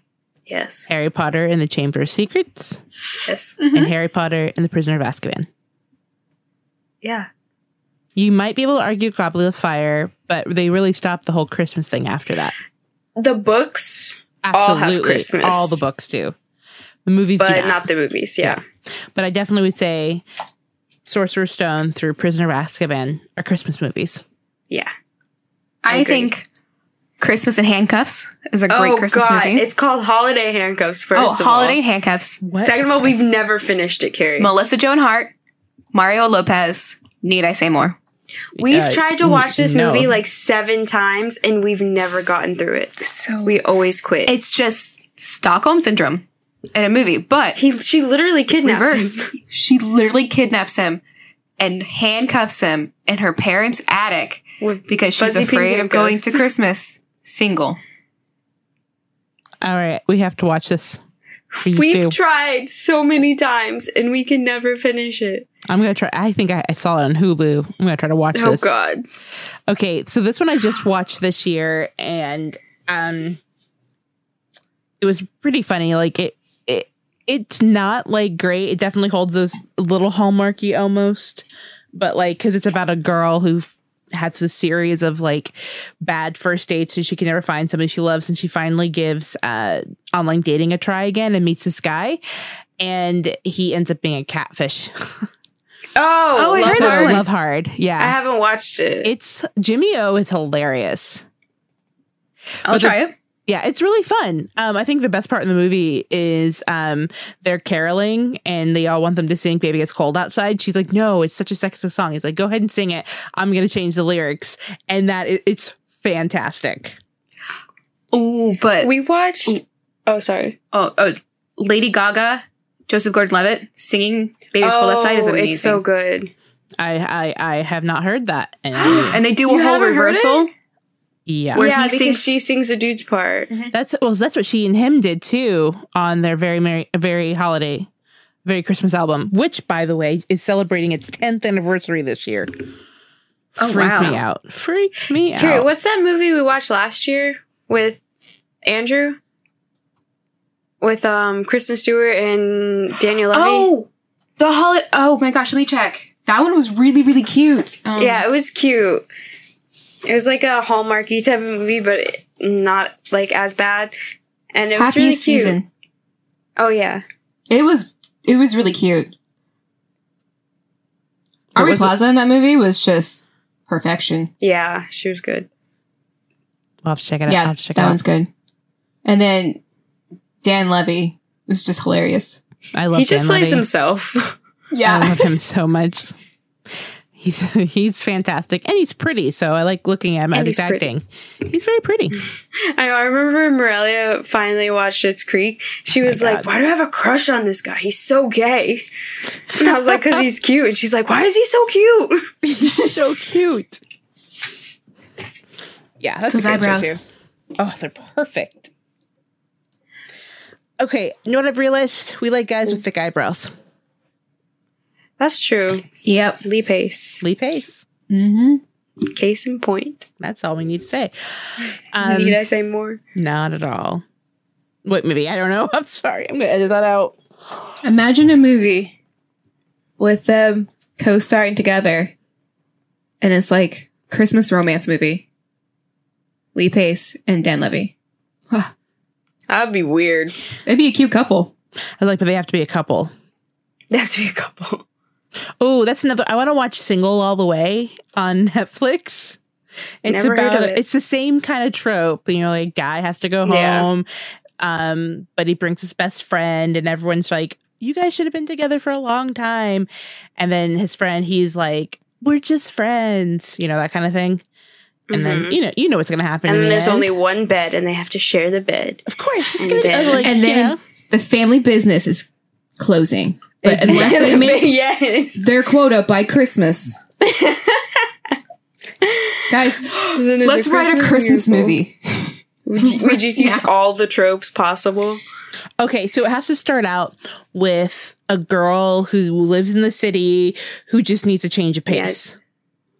Speaker 2: Yes,
Speaker 5: Harry Potter and the Chamber of Secrets,
Speaker 2: yes,
Speaker 5: and Harry Potter and the Prisoner of Azkaban.
Speaker 2: yeah.
Speaker 5: You might be able to argue Goblet of Fire, but they really stopped the whole Christmas thing after that.
Speaker 2: The books, All
Speaker 5: Absolutely.
Speaker 2: have Christmas.
Speaker 5: All the books do. The movies do
Speaker 2: but
Speaker 5: not.
Speaker 2: not the movies. Yeah,
Speaker 5: But I definitely would say Sorcerer's Stone through Prisoner of Azkaban are Christmas movies.
Speaker 2: yeah.
Speaker 1: I,
Speaker 2: agree.
Speaker 1: think Christmas in Handcuffs is a great
Speaker 2: oh
Speaker 1: Christmas
Speaker 2: God,
Speaker 1: movie.
Speaker 2: it's called Holiday Handcuffs. First,
Speaker 1: oh,
Speaker 2: of
Speaker 1: Holiday
Speaker 2: All.
Speaker 1: Handcuffs.
Speaker 5: What?
Speaker 2: Second of all, we've never finished it, Carrie.
Speaker 1: Melissa Joan Hart, Mario Lopez. Need I say more?
Speaker 2: We've
Speaker 5: Uh,
Speaker 2: tried to
Speaker 5: n-
Speaker 2: watch this
Speaker 5: no.
Speaker 2: movie like seven times and we've never gotten through it.
Speaker 1: So
Speaker 2: We always quit.
Speaker 1: it's just Stockholm syndrome in a movie, but
Speaker 2: he, she literally kidnaps
Speaker 1: reverse.
Speaker 2: him.
Speaker 1: she literally kidnaps him and handcuffs him in her parents' attic
Speaker 2: With
Speaker 1: because she's
Speaker 2: fuzzy pink
Speaker 1: afraid of going to
Speaker 2: handcuffs.
Speaker 1: Christmas single.
Speaker 5: All right, we have to watch this. We used
Speaker 2: We've
Speaker 5: to.
Speaker 2: tried so many times and we can never finish it.
Speaker 5: I'm gonna try. I think I, I saw it on Hulu. I'm gonna try to watch
Speaker 2: Oh
Speaker 5: this.
Speaker 2: God!
Speaker 5: Okay, so this one I just watched this year, and um, it was pretty funny. Like it, it, it's not like great. It definitely holds those little hallmarky almost, but like because it's about a girl who f- has this series of like bad first dates, so she can never find somebody she loves, and she finally gives uh online dating a try again and meets this guy, and he ends up being a catfish.
Speaker 2: Oh,
Speaker 1: Oh, I
Speaker 2: Love
Speaker 1: heard this
Speaker 2: Hard.
Speaker 1: one.
Speaker 5: Love hard, yeah.
Speaker 2: I haven't watched it.
Speaker 5: It's Jimmy O is hilarious.
Speaker 1: I'll
Speaker 5: But the-
Speaker 1: try it.
Speaker 5: Yeah, it's really fun. Um, I think the best part in the movie is um, they're caroling and they all want them to sing "Baby It's Cold Outside." She's like, "No, it's such a sexist song." He's like, "Go ahead and sing it. I'm gonna change the lyrics," and that i- it's fantastic.
Speaker 1: Oh, but
Speaker 2: we watched.
Speaker 1: E
Speaker 2: Oh, sorry.
Speaker 1: oh, oh, Lady Gaga, Joseph Gordon-Levitt singing "Baby It's Cold Outside" is
Speaker 2: Oh,
Speaker 1: amazing.
Speaker 2: it's so good.
Speaker 5: I I, I have not heard that. And
Speaker 1: and they do
Speaker 2: You
Speaker 1: a whole
Speaker 2: haven't heard
Speaker 1: reversal.
Speaker 5: yeah,
Speaker 1: Where
Speaker 2: yeah,
Speaker 1: he
Speaker 2: because
Speaker 1: sings-
Speaker 2: she sings the dude's part.
Speaker 5: that's well, that's what she and him did too on their very merry, very holiday, very Christmas album, which by the way is celebrating its 10th anniversary this year.
Speaker 1: Oh,
Speaker 5: Freak
Speaker 1: wow.
Speaker 5: me out. Freak me
Speaker 2: Carrie,
Speaker 5: out.
Speaker 2: what's that movie we watched last year with Andrew? With um Kristen Stewart and Daniel Levy.
Speaker 1: Oh, the holiday. Oh my gosh, let me check. That one was really really cute. Um,
Speaker 2: Yeah, it was cute. It was like a Hallmarky type of movie, but it- not like as bad. And it was
Speaker 1: Happiest
Speaker 2: really cute.
Speaker 1: season.
Speaker 2: Oh yeah,
Speaker 1: It was it was really cute.
Speaker 5: So
Speaker 1: Aubrey
Speaker 5: was it-
Speaker 1: Plaza in that movie was just perfection.
Speaker 2: yeah, she was good.
Speaker 5: I'll have to check it out. I'll
Speaker 1: yeah,
Speaker 5: have to check it
Speaker 1: that
Speaker 5: out.
Speaker 1: one's good. And then Dan Levy was just hilarious. Um,
Speaker 5: I love
Speaker 2: he just
Speaker 5: Dan
Speaker 2: plays
Speaker 5: Levy.
Speaker 2: himself.
Speaker 5: I love him so much. He's he's fantastic and he's pretty, so I like looking at him
Speaker 2: And
Speaker 5: as
Speaker 2: he's
Speaker 5: he's
Speaker 2: pretty.
Speaker 5: acting. He's very pretty.
Speaker 2: I know. I remember Morelia finally watched Schitt's Creek. She
Speaker 1: Oh
Speaker 2: was like,
Speaker 5: God.
Speaker 2: "Why do I have a crush on this guy? He's so gay." And I was like, "Cause he's cute." And she's like, "Why is he so cute?"
Speaker 5: he's so cute. Yeah, that's
Speaker 1: Those
Speaker 5: a good show,
Speaker 1: eyebrows.
Speaker 5: too. Oh, they're perfect. Okay, you know what I've realized? We like guys with thick eyebrows.
Speaker 2: That's true.
Speaker 1: Yep.
Speaker 2: Lee Pace,
Speaker 5: Lee Pace.
Speaker 1: Mm-hmm.
Speaker 2: case in point.
Speaker 5: That's all we need to say. Um,
Speaker 2: Need I say more?
Speaker 5: Not at all. Wait, maybe I don't know. I'm sorry. I'm gonna edit that out.
Speaker 1: Imagine a movie with them co-starring together, and it's like Christmas romance movie. Lee Pace and Dan Levy.
Speaker 2: That'd be weird.
Speaker 1: They'd be a cute couple.
Speaker 5: I was like, but they have to be a couple.
Speaker 2: They have to be a couple.
Speaker 5: Oh, that's another. I want to watch Single All the Way on Netflix. It's
Speaker 2: Never heard
Speaker 5: about
Speaker 2: of it.
Speaker 5: it's the same kind of trope. You know, like guy has to go
Speaker 2: Yeah.
Speaker 5: home, um, but he brings his best friend, and everyone's like, "You guys should have been together for a long time." And then his friend, he's like, "We're just friends," you know, that kind of thing. and then you know you know what's gonna happen.
Speaker 2: Mm-hmm. and
Speaker 5: in
Speaker 2: then
Speaker 5: the
Speaker 2: there's
Speaker 5: end.
Speaker 2: only one bed and they have to share the bed.
Speaker 5: of course it's
Speaker 2: and
Speaker 5: gonna be
Speaker 2: then-
Speaker 5: ugly.
Speaker 1: and then
Speaker 5: yeah.
Speaker 1: the family business is closing. But
Speaker 5: Exactly.
Speaker 1: unless they make
Speaker 2: yes.
Speaker 1: their quota by Christmas. Guys, let's write a Christmas movie.
Speaker 2: We ju- we just use all the tropes possible.
Speaker 5: Okay, so it has to start out with a girl who lives in the city who just needs a change of pace.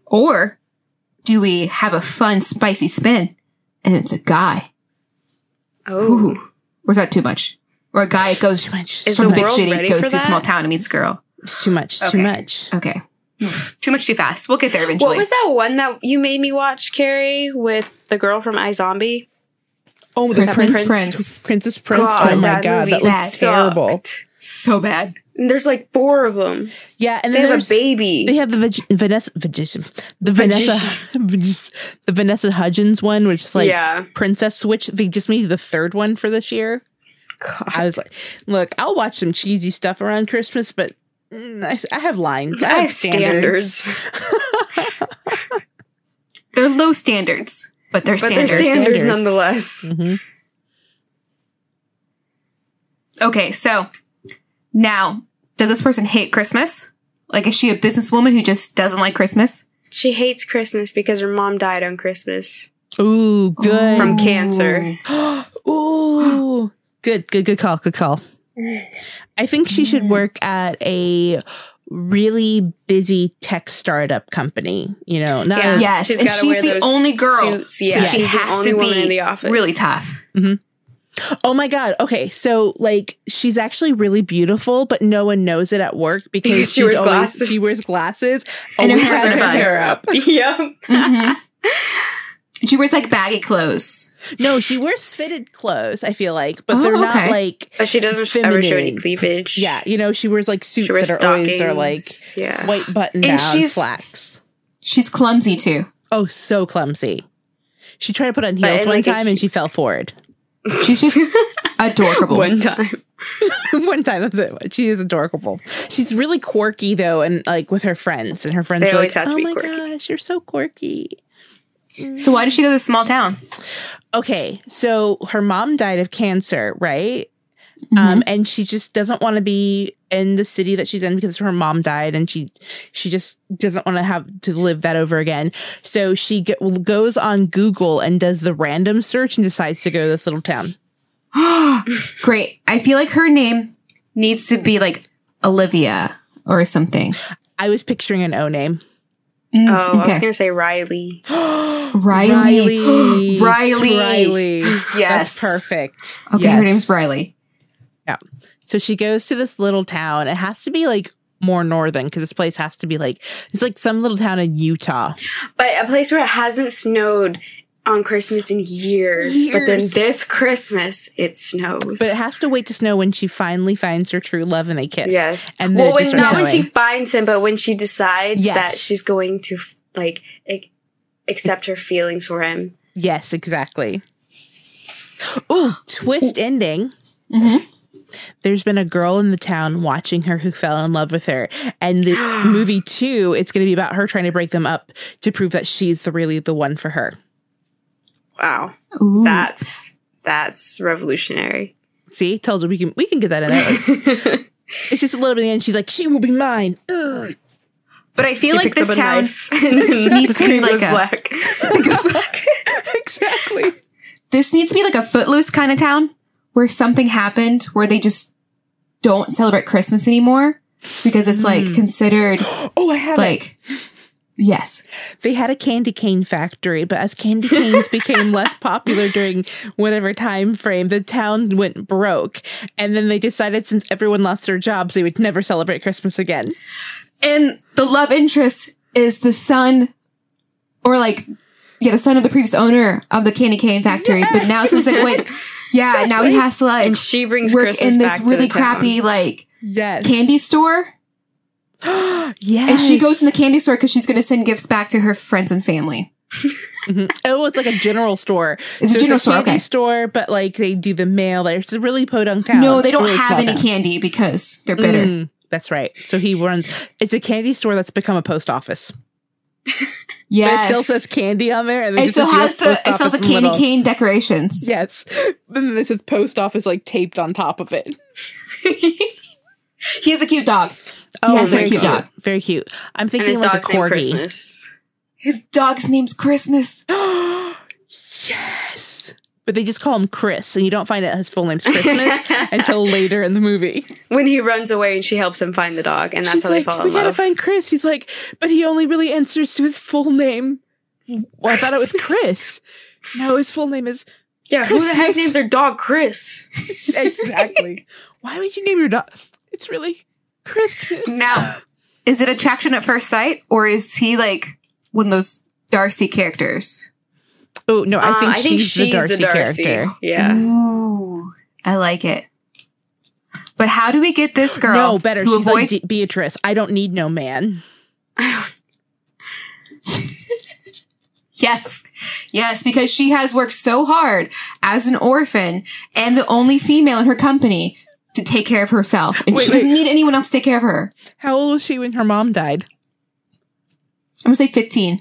Speaker 1: Or do we have a fun, spicy spin and it's a guy?
Speaker 2: Oh,
Speaker 1: Or is that too much? Or a guy goes
Speaker 5: Is
Speaker 1: from
Speaker 5: the
Speaker 1: big
Speaker 2: world
Speaker 1: city,
Speaker 2: ready
Speaker 1: goes
Speaker 2: for
Speaker 1: to a
Speaker 2: that?
Speaker 1: small town and meets a girl.
Speaker 5: It's too much. it's
Speaker 1: Okay.
Speaker 5: Too much.
Speaker 1: Okay. too much, too fast. We'll get there eventually.
Speaker 2: what was that one that you made me watch, Carrie, with the girl from iZombie?
Speaker 5: Oh, my
Speaker 1: Christmas
Speaker 5: Prince-
Speaker 1: Prince.
Speaker 5: Princess Prince.
Speaker 2: God,
Speaker 5: oh my
Speaker 2: that
Speaker 5: god,
Speaker 2: movie
Speaker 5: that was
Speaker 2: sucked.
Speaker 5: terrible.
Speaker 1: So bad.
Speaker 2: And there's like four of them.
Speaker 5: Yeah, and
Speaker 2: They
Speaker 5: then
Speaker 2: have a
Speaker 5: there's-
Speaker 2: baby.
Speaker 5: They have the Vig- Vanessa, Vigis- the Vanessa, the Vanessa Hudgens one, which is like
Speaker 2: Yeah.
Speaker 5: Princess Switch. They just made the third one for this year. I was like, look, I'll watch some cheesy stuff around Christmas, but mm, I, s- I have lines, I have, standards.
Speaker 1: They're low standards, but they're
Speaker 2: but
Speaker 1: standards.
Speaker 2: they're standards,
Speaker 5: Standards.
Speaker 2: nonetheless.
Speaker 5: Mhm.
Speaker 1: Okay, so now, does this person hate Christmas? Like, is she a businesswoman who just doesn't like Christmas?
Speaker 2: She hates Christmas because her mom died on Christmas.
Speaker 5: Ooh, good.
Speaker 2: From cancer.
Speaker 5: Ooh, good, good, good call, good call. I think she should work at a really busy tech startup company. You know, not
Speaker 2: Yeah.
Speaker 1: Yes,
Speaker 2: She's
Speaker 1: and
Speaker 2: gotta
Speaker 1: she's
Speaker 2: wear
Speaker 1: the
Speaker 2: those
Speaker 1: only girl.
Speaker 2: suits,
Speaker 1: so
Speaker 2: yeah.
Speaker 1: she
Speaker 2: She's the
Speaker 1: has
Speaker 2: only
Speaker 1: to be
Speaker 2: woman in the office.
Speaker 1: really tough.
Speaker 5: Oh my god. Okay, so like she's actually really beautiful, but no one knows it at work because
Speaker 2: Because she
Speaker 5: she's
Speaker 2: wears
Speaker 5: always-
Speaker 2: glasses.
Speaker 5: She wears glasses Oh,
Speaker 1: And her
Speaker 5: always
Speaker 1: hair's
Speaker 5: has
Speaker 1: in a bun.
Speaker 5: up.
Speaker 2: yep.
Speaker 1: Mhm. And she wears like baggy clothes.
Speaker 5: No, she wears fitted clothes. I feel like, but
Speaker 1: Oh,
Speaker 5: they're not
Speaker 1: okay.
Speaker 5: like
Speaker 2: But she doesn't ever show any
Speaker 5: Feminine.
Speaker 2: cleavage.
Speaker 5: yeah. You know, she wears like suits
Speaker 2: She wears
Speaker 5: that are always are like
Speaker 2: stockings, yeah.
Speaker 5: white button down
Speaker 1: And she's-
Speaker 5: slacks.
Speaker 1: She's clumsy too.
Speaker 5: Oh, so clumsy. She tried to put on
Speaker 2: But,
Speaker 5: heels
Speaker 2: and,
Speaker 5: one
Speaker 2: like,
Speaker 5: time
Speaker 2: it's-
Speaker 5: and she fell forward.
Speaker 1: She's just adorable.
Speaker 2: One time.
Speaker 5: one time, that's it. She is adorable. She's really quirky though, and like with her friends, and her friends
Speaker 2: They
Speaker 5: are
Speaker 2: always
Speaker 5: like,
Speaker 2: have to
Speaker 5: "Oh
Speaker 2: be
Speaker 5: my
Speaker 2: quirky."
Speaker 5: gosh, you're so quirky."
Speaker 1: So why did she go to a small town?
Speaker 5: Okay, so her mom died of cancer, right?
Speaker 2: Mm-hmm.
Speaker 5: Um, and she just doesn't want to be in the city that she's in because her mom died, and she she just doesn't want to have to live that over again. So she g- goes on Google and does the random search and decides to go to this little town.
Speaker 1: Great. I feel like her name needs to be like Olivia or something.
Speaker 5: I was picturing an O name.
Speaker 1: Mm,
Speaker 2: Oh, I was
Speaker 1: okay.
Speaker 2: gonna say Riley.
Speaker 1: Riley.
Speaker 5: Riley.
Speaker 1: Riley.
Speaker 5: Riley.
Speaker 1: Yes.
Speaker 5: That's perfect.
Speaker 1: Okay, her
Speaker 5: Yes.
Speaker 1: name's Riley.
Speaker 5: So she goes to this little town. It has to be like more northern because this place has to be like it's like some little town in Utah.
Speaker 2: But a place where it hasn't snowed on Christmas in years. But then
Speaker 5: Years.
Speaker 2: this Christmas it snows.
Speaker 5: But it has to wait to snow when she finally finds her true love and they kiss.
Speaker 2: yes.
Speaker 5: And then
Speaker 2: well,
Speaker 5: it just
Speaker 2: when, not
Speaker 5: starts
Speaker 2: when she
Speaker 5: snowing.
Speaker 2: finds him, but when she decides
Speaker 5: Yes.
Speaker 2: that she's going to like ac- accept her feelings for him.
Speaker 5: Yes, exactly. Ooh, twist ending. There's been a girl in the town watching her who fell in love with her. And the movie two, it's going to be about her trying to break them up to prove that she's the, really the one for her.
Speaker 2: Wow.
Speaker 1: Ooh.
Speaker 2: That's that's revolutionary.
Speaker 5: See, told you we can we can get that in there. it's just a little bit in the end. She's like, she will be mine. Ugh.
Speaker 1: But I feel
Speaker 2: She
Speaker 1: like
Speaker 2: picks
Speaker 1: this
Speaker 2: up a
Speaker 1: town
Speaker 2: knife and then
Speaker 1: needs to be
Speaker 2: screen
Speaker 1: like
Speaker 2: goes
Speaker 1: a-
Speaker 2: black.
Speaker 5: exactly.
Speaker 1: this needs to be like a footloose kind of town where something happened where they just don't celebrate Christmas anymore because it's like
Speaker 2: Hmm.
Speaker 1: considered
Speaker 5: Oh, I have it.
Speaker 1: like yes.
Speaker 5: They had a candy cane factory, but as candy canes became less popular during whatever time frame, the town went broke. And then they decided since everyone lost their jobs, they would never celebrate Christmas again.
Speaker 1: And the love interest is the son or like yeah, the son of the previous owner of the candy cane factory. But now since it went yeah, now he has to like
Speaker 2: And she brings
Speaker 1: work
Speaker 2: Christmas
Speaker 1: in
Speaker 2: back
Speaker 1: this
Speaker 2: to
Speaker 1: really
Speaker 2: the town.
Speaker 1: crappy like
Speaker 5: Yes.
Speaker 1: candy store.
Speaker 5: Yes.
Speaker 1: And she goes in the candy store because she's gonna send gifts back to her friends and family.
Speaker 5: Oh, it's like a general store.
Speaker 1: It's a general store,
Speaker 5: candy
Speaker 1: okay.
Speaker 5: store, but like they do the mail. It's a really podunk town.
Speaker 1: no, they don't
Speaker 5: Really
Speaker 1: have
Speaker 5: small
Speaker 1: any
Speaker 5: town. Mm-hmm.
Speaker 1: candy because they're bitter.
Speaker 5: Mm, that's right. So he runs. It's a candy store that's become a post office. But it still
Speaker 1: Yes.
Speaker 5: says candy on there, and then
Speaker 1: It still has the it still has the candy cane decorations.
Speaker 5: Yes, but then this is post office like taped on top of it.
Speaker 1: he has a cute dog. has a
Speaker 5: Oh, very
Speaker 1: cute dog.
Speaker 5: Very cute. I'm
Speaker 2: and
Speaker 5: thinking
Speaker 2: his
Speaker 5: like a
Speaker 2: dog's named
Speaker 5: corgi.
Speaker 2: Christmas.
Speaker 1: His dog's name's Christmas.
Speaker 5: yes, but they just call him Chris, and you don't find out his full name's Christmas until later in the movie.
Speaker 2: When he runs away and she helps him find the dog, and that's
Speaker 5: She's
Speaker 2: how they
Speaker 5: like,
Speaker 2: fall
Speaker 5: we
Speaker 2: in
Speaker 5: gotta
Speaker 2: love.
Speaker 5: find Chris. He's like, but he only really answers to his full name. Well, I thought it was Chris.
Speaker 2: Christmas.
Speaker 5: No, his full name is
Speaker 2: yeah, who the heck
Speaker 5: Christmas.
Speaker 2: names their dog Chris?
Speaker 5: exactly. Why would you name your dog? It's really Christmas.
Speaker 1: Now, is it attraction at first sight, or is he like one of those Darcy characters?
Speaker 5: Oh no, I
Speaker 2: Uh,
Speaker 5: think, she's, the Darcy character.
Speaker 2: Yeah.
Speaker 1: Ooh, I like it. But how do we get this girl?
Speaker 5: no, better.
Speaker 1: to
Speaker 5: She's
Speaker 1: avoid-
Speaker 5: like D- Beatrice. I don't need no man.
Speaker 1: yes, yes, because she has worked so hard as an orphan and the only female in her company to take care of herself, and
Speaker 5: Wait,
Speaker 1: she doesn't
Speaker 5: wait.
Speaker 1: need anyone else to take care of her.
Speaker 5: How old was she when her mom died?
Speaker 1: I'm gonna say 15.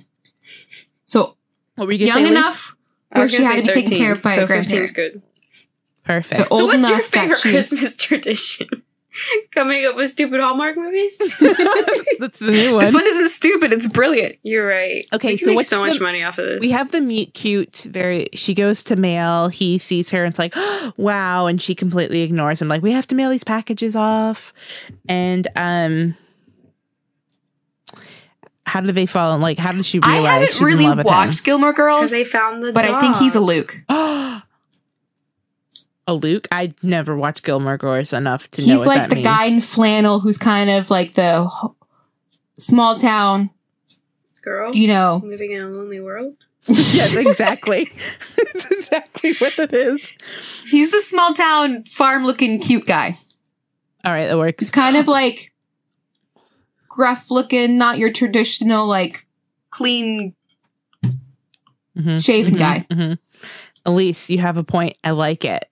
Speaker 1: So
Speaker 5: What were you gonna
Speaker 1: young
Speaker 5: say, Liz?
Speaker 1: enough
Speaker 2: I
Speaker 1: where
Speaker 2: was
Speaker 1: she
Speaker 2: gonna
Speaker 1: had to
Speaker 2: say
Speaker 1: be taken
Speaker 2: 13,
Speaker 1: care of by
Speaker 2: so
Speaker 1: a
Speaker 2: 15
Speaker 1: grandparent.
Speaker 2: is good.
Speaker 5: Perfect.
Speaker 1: The
Speaker 2: So
Speaker 1: old
Speaker 2: what's your
Speaker 1: enough that
Speaker 2: favorite
Speaker 1: she-
Speaker 2: Christmas tradition? Coming up with stupid Hallmark movies?
Speaker 5: That's the new one.
Speaker 1: This one isn't stupid; it's brilliant.
Speaker 2: You're right.
Speaker 5: Okay,
Speaker 2: we
Speaker 5: so
Speaker 2: so make
Speaker 5: what's
Speaker 2: so much
Speaker 5: the-
Speaker 2: money off of this.
Speaker 5: we have the meet cute. Very. She goes to mail. He sees her and it's like, wow, and she completely ignores him. Like we have to mail these packages off, and um. How did they fall in? Like, how did she
Speaker 1: I
Speaker 5: realize
Speaker 1: haven't
Speaker 5: she's
Speaker 1: really
Speaker 5: in love with him?
Speaker 1: watched Gilmore
Speaker 2: because
Speaker 1: Girls,
Speaker 2: they found the.
Speaker 1: but I think he's a
Speaker 2: dog.
Speaker 1: Luke.
Speaker 5: a Luke? I never watched Gilmore Girls enough to know
Speaker 1: He's
Speaker 5: what
Speaker 1: like
Speaker 5: that
Speaker 1: the
Speaker 5: means.
Speaker 1: guy in flannel who's kind of like the ho- small town,
Speaker 2: girl
Speaker 1: you know.
Speaker 2: living in a lonely world.
Speaker 5: yes, exactly. That's exactly what it is.
Speaker 1: He's the small town farm looking cute guy.
Speaker 5: All right, that
Speaker 1: He's
Speaker 5: works.
Speaker 1: kind of like gruff looking, not your traditional like clean
Speaker 5: Mhm,
Speaker 1: shaven
Speaker 5: mhm,
Speaker 1: guy.
Speaker 5: mhm. Elise, you have a point. I like it.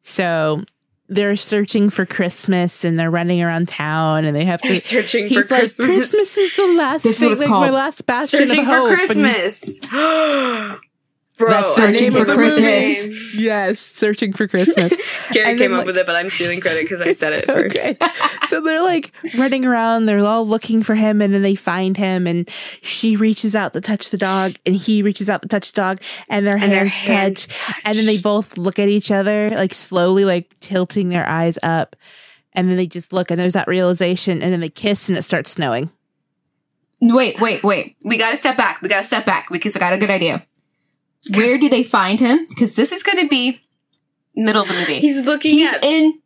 Speaker 5: So they're searching for Christmas and they're running around town and they have
Speaker 2: They're
Speaker 5: to.
Speaker 2: searching for
Speaker 5: He's like,
Speaker 2: Christmas.
Speaker 5: Christmas. is the last
Speaker 1: This is
Speaker 5: thing,
Speaker 1: what it's
Speaker 5: like my
Speaker 1: called.
Speaker 5: last bastion
Speaker 2: searching
Speaker 5: of
Speaker 2: for
Speaker 5: hope. and-
Speaker 2: Christmas. Bro,
Speaker 5: That's
Speaker 2: I
Speaker 5: Searching
Speaker 2: came
Speaker 5: for
Speaker 2: up with the
Speaker 1: Christmas.
Speaker 2: name.
Speaker 5: yes, searching for Christmas.
Speaker 2: Gary
Speaker 5: And
Speaker 2: came
Speaker 5: then,
Speaker 2: up with it, but I'm stealing credit because I said it
Speaker 5: so
Speaker 2: first.
Speaker 5: good. so they're like running around, they're all looking for him, and then they find him, and she reaches out to touch the dog, and he reaches out to touch the dog, and their
Speaker 2: And their
Speaker 5: hands,
Speaker 2: hands
Speaker 5: touch, and then they both look at each other, like slowly, like tilting their eyes up, and then they just look, and there's that realization, and then they kiss, and it starts snowing.
Speaker 1: Wait, wait, wait. We gotta step back. We gotta step back because I got a good idea. Where do they find him? Because this is gonna be middle of the movie.
Speaker 2: He's looking
Speaker 1: he's
Speaker 2: at
Speaker 1: in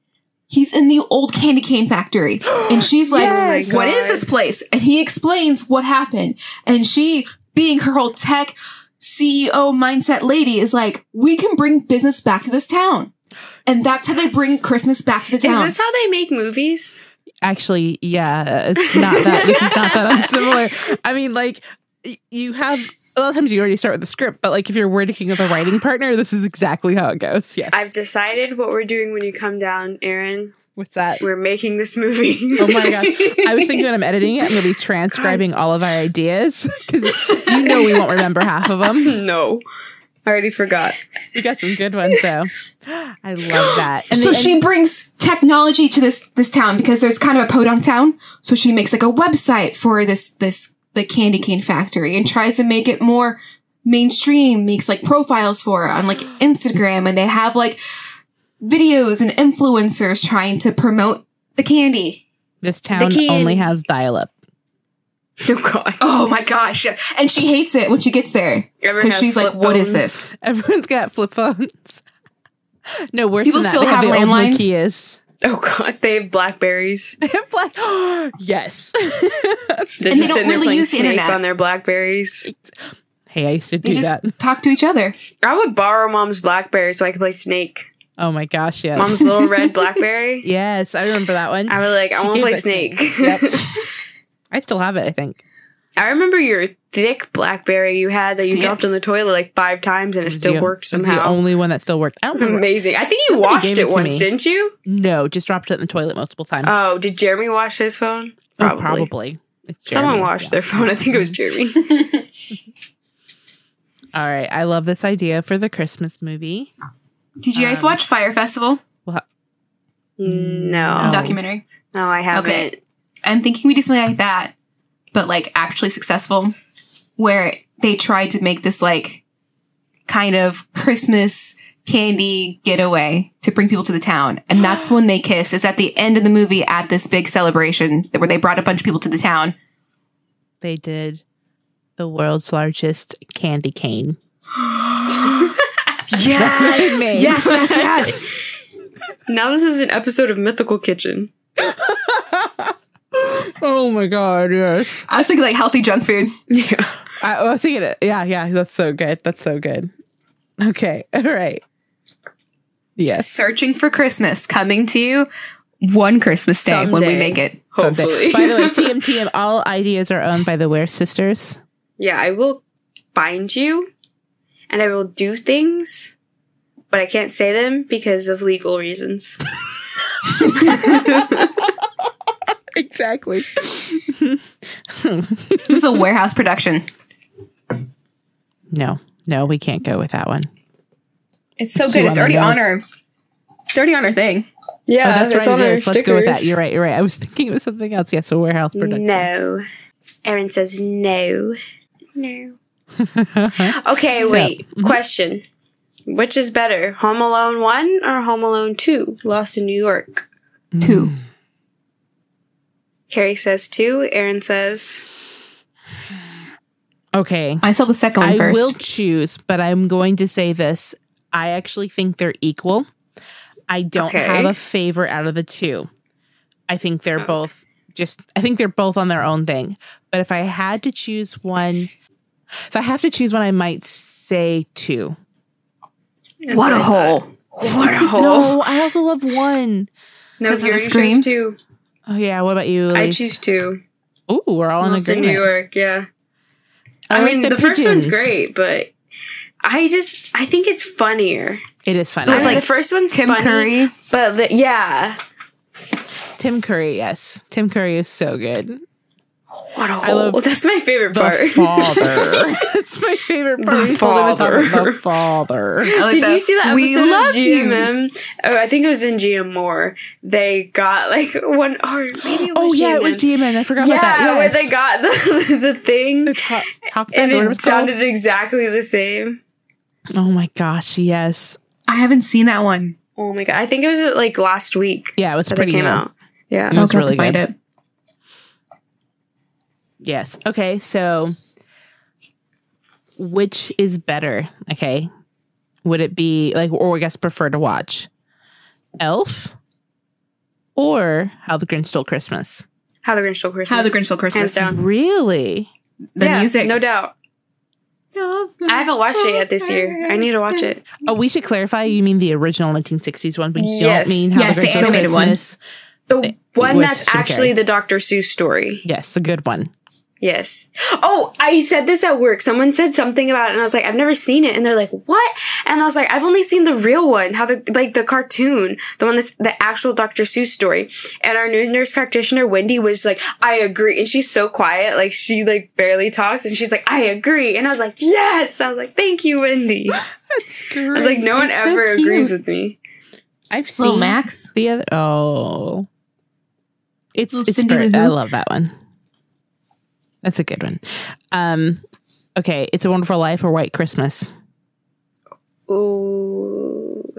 Speaker 1: he's in the old candy cane factory and she's like
Speaker 5: Yes.
Speaker 1: what
Speaker 2: Oh my
Speaker 1: is
Speaker 2: God.
Speaker 1: this place and he explains what happened and she being her whole tech ceo mindset lady is like we can bring business back to this town and that's how they bring christmas back to the
Speaker 2: Is
Speaker 1: town
Speaker 2: this how they make movies?
Speaker 5: Actually, yeah, it's not that. this is not that unsimilar. I mean, like y- you have. A lot of times you already start with the script, but like if you're working with a writing partner, this is exactly how it goes. Yes.
Speaker 2: I've decided what we're doing when you come down, Aaron.
Speaker 5: What's that?
Speaker 2: We're making this movie.
Speaker 5: Oh my gosh. I was thinking when I'm editing it, I'm going to be transcribing all of our ideas because you know we won't remember half of them.
Speaker 2: no. I already forgot.
Speaker 5: We got some good ones, though. I love that. And
Speaker 1: so
Speaker 5: then-
Speaker 1: she brings technology to this this town because there's kind of a podunk town so she makes like a website for this this the candy cane factory and tries to make it more mainstream makes like profiles for it on like instagram and they have like videos and influencers trying to promote the candy
Speaker 5: this town
Speaker 2: key-
Speaker 5: only has dial up.
Speaker 2: Oh god.
Speaker 1: oh my gosh yeah. and she hates it when she gets there
Speaker 2: Everyone
Speaker 1: because
Speaker 2: has
Speaker 1: she's like
Speaker 2: flip
Speaker 1: what is
Speaker 2: phones."
Speaker 1: this
Speaker 5: Everyone's got flip phones. No, worse
Speaker 1: People
Speaker 5: than that.
Speaker 1: still
Speaker 5: they have,
Speaker 1: have
Speaker 5: the old
Speaker 1: landlines?
Speaker 5: Nokias.
Speaker 2: Oh god. They have blackberries.
Speaker 5: They have black. yes.
Speaker 2: They're
Speaker 1: And they
Speaker 2: just
Speaker 1: don't
Speaker 2: sitting there
Speaker 1: really
Speaker 2: playing
Speaker 1: use the
Speaker 2: Snake
Speaker 1: internet.
Speaker 2: on their blackberries.
Speaker 5: hey, I used to
Speaker 1: they
Speaker 5: do
Speaker 1: just
Speaker 5: that.
Speaker 1: talk to each other
Speaker 2: I would borrow mom's blackberry so I could play Snake.
Speaker 5: Oh my gosh, yes.
Speaker 2: Mom's little red blackberry.
Speaker 5: yes, I remember that one.
Speaker 2: I was like, I
Speaker 5: She
Speaker 2: want
Speaker 5: gave
Speaker 2: to play
Speaker 5: that to me.
Speaker 2: Snake.
Speaker 5: Yep. I still have it, I think.
Speaker 2: I remember your thick blackberry you had that you
Speaker 1: Thick.
Speaker 2: dropped on the toilet like five times and it
Speaker 5: was
Speaker 2: still
Speaker 5: the-
Speaker 2: worked
Speaker 5: it was The
Speaker 2: somehow.
Speaker 5: only one that still worked. I
Speaker 2: It
Speaker 5: don't
Speaker 2: was
Speaker 5: remember.
Speaker 2: amazing. I think you
Speaker 5: Somebody
Speaker 2: washed
Speaker 5: gave
Speaker 2: it,
Speaker 5: it to
Speaker 2: once,
Speaker 5: me.
Speaker 2: didn't you?
Speaker 5: No, just dropped it in the toilet multiple times.
Speaker 2: Oh, did Jeremy wash his phone?
Speaker 5: Oh, probably.
Speaker 2: Someone
Speaker 5: Jeremy,
Speaker 2: washed
Speaker 5: yeah.
Speaker 2: their phone. I think it was Jeremy.
Speaker 5: All right, I love this idea for the Christmas movie.
Speaker 1: Did you guys
Speaker 5: Um,
Speaker 1: watch Fire Festival?
Speaker 2: no.
Speaker 1: The
Speaker 5: No.
Speaker 1: documentary.
Speaker 2: Mm, No, I haven't.
Speaker 1: Okay. I'm thinking we do something like that, but like actually successful, where they tried to make this like kind of Christmas candy getaway to bring people to the town. And that's when they kiss, is at the end of the movie at this big celebration that- where they brought a bunch of people to the town.
Speaker 5: They did the world's largest candy cane.
Speaker 2: Yes.
Speaker 1: Yes, yes, yes.
Speaker 2: now this is an episode of Mythical Kitchen.
Speaker 5: Oh my god, yes.
Speaker 1: I was thinking like healthy junk food.
Speaker 2: Yeah.
Speaker 5: I, oh, I was thinking it. Yeah, yeah, that's so good. That's so good. Okay, all right. Yes.
Speaker 1: Searching for Christmas coming to you one Christmas day when we
Speaker 2: Someday.
Speaker 1: make it.
Speaker 5: someday.
Speaker 2: Hopefully.
Speaker 5: By the way, TMTM, all ideas are owned by the Ware sisters.
Speaker 2: yeah, I will bind you and I will do things, but I can't say them because of legal reasons.
Speaker 5: Oh, Exactly.
Speaker 1: This is a warehouse production.
Speaker 5: No, no, we can't go with that one. Oh,
Speaker 1: It's so
Speaker 5: It's
Speaker 1: good.
Speaker 5: too
Speaker 1: It's already on
Speaker 5: on the
Speaker 1: our it's already on our thing.
Speaker 2: Yeah,
Speaker 5: oh, that's right.
Speaker 2: on
Speaker 5: It
Speaker 2: our
Speaker 5: is. Let's go with that.
Speaker 2: stickers.
Speaker 5: You're right. You're right. I was thinking it was something else. Yes, a warehouse production.
Speaker 2: No. Erin says no. No. okay,
Speaker 5: So-
Speaker 2: wait. Question. Which is better, Home Alone 1 or Home Alone 2, Lost in New York?
Speaker 1: Two.
Speaker 2: Carrie says 2, Erin says
Speaker 5: Okay.
Speaker 1: I saw the second one
Speaker 5: I
Speaker 1: first.
Speaker 5: will choose, but I'm going to say this. I actually think they're equal. I don't
Speaker 2: Okay. Oh,
Speaker 5: have a favorite out of the two. I think they're
Speaker 2: Okay.
Speaker 5: both just I think they're both on their own thing. But if I had to choose one, if I have to choose one, I might say two.
Speaker 1: What a
Speaker 2: That's
Speaker 1: hole.
Speaker 2: What a hole.
Speaker 5: No, I also love one.
Speaker 2: no,
Speaker 1: Because of the
Speaker 2: Carrie
Speaker 1: scream?
Speaker 2: chose 2.
Speaker 5: Oh yeah, what about you?
Speaker 2: I
Speaker 5: Elise?
Speaker 2: choose 2.
Speaker 5: Oh, we're all in
Speaker 2: Lost in
Speaker 5: agreement.
Speaker 2: New York, yeah. I,
Speaker 5: like
Speaker 2: mean, the, first
Speaker 5: pigeons.
Speaker 2: one's great, but I just I think it's funnier.
Speaker 5: It is funny.
Speaker 1: I
Speaker 2: I think
Speaker 1: like
Speaker 2: the first one's
Speaker 1: Tim
Speaker 2: funny,
Speaker 1: Curry.
Speaker 2: but the, yeah,
Speaker 5: Tim Curry, yes. Tim Curry is so good.
Speaker 2: what a hole.
Speaker 5: love
Speaker 2: That's my favorite
Speaker 5: The
Speaker 2: part.
Speaker 5: father. That's my favorite part.
Speaker 2: The
Speaker 5: He's holding the top of
Speaker 2: father.
Speaker 5: The father.
Speaker 1: I like
Speaker 2: Did you see that episode
Speaker 1: We love
Speaker 2: of GMM? Oh, I think it was in GM Moore. They got like one or maybe it
Speaker 5: Oh
Speaker 2: was
Speaker 5: yeah,
Speaker 2: GMM.
Speaker 5: it was GMN. I
Speaker 2: Yeah,
Speaker 5: forgot about that.
Speaker 2: where
Speaker 5: Yes.
Speaker 2: they got the the thing,
Speaker 5: The top, top
Speaker 2: and
Speaker 5: bed, whatever
Speaker 2: it
Speaker 5: it's called.
Speaker 2: sounded exactly the same.
Speaker 5: Oh my gosh, yes,
Speaker 1: I haven't seen that one.
Speaker 2: Oh my god, I think it was like last week
Speaker 5: yeah, it was
Speaker 2: that it
Speaker 5: pretty.
Speaker 2: came
Speaker 5: new.
Speaker 2: out. Yeah,
Speaker 5: It
Speaker 1: I'll
Speaker 5: was
Speaker 1: have
Speaker 5: really
Speaker 1: to find
Speaker 5: good.
Speaker 1: it.
Speaker 5: Yes. Okay, so which is better? Okay, would it be like, or I guess prefer to watch Elf or How the Grinch Stole Christmas?
Speaker 2: How the Grinch Stole Christmas.
Speaker 1: How the Grinch Stole
Speaker 2: Hands
Speaker 1: Christmas. The
Speaker 2: down.
Speaker 5: Really?
Speaker 2: Yeah,
Speaker 1: music.
Speaker 2: No doubt. I haven't watched it yet this year. I need to watch it.
Speaker 5: Oh, we should clarify. You mean the original 1960s one? We
Speaker 2: Yes.
Speaker 5: don't mean How
Speaker 1: Yes,
Speaker 5: the
Speaker 1: the
Speaker 5: Grinch Stole
Speaker 1: animated one.
Speaker 5: Christmas.
Speaker 2: The one
Speaker 5: With
Speaker 2: that's
Speaker 5: Jim
Speaker 2: actually
Speaker 5: Carrey.
Speaker 2: the Dr. Seuss story.
Speaker 5: Yes, the good one.
Speaker 2: Yes. Oh, I said this at work. Someone said something about it and I was like, I've never seen it. And they're like, what? And I was like, I've only seen the real one, how the, like the cartoon, the one that's the actual Dr. Seuss story. And our new nurse practitioner, Wendy, was like, I agree. And she's so quiet. Like she like barely talks and she's like, I agree. And I was like, yes. I was like, thank you, Wendy. I was like, no one
Speaker 1: It's so
Speaker 2: ever
Speaker 1: cute.
Speaker 2: agrees with me.
Speaker 5: I've seen
Speaker 1: Little Max.
Speaker 5: The other oh, it's,
Speaker 1: Little
Speaker 5: it's
Speaker 1: Cindy
Speaker 5: very-
Speaker 1: Lou
Speaker 5: I
Speaker 1: Who.
Speaker 5: love that one. That's a good one. Um, okay, it's a Wonderful Life or White Christmas.
Speaker 2: Ooh.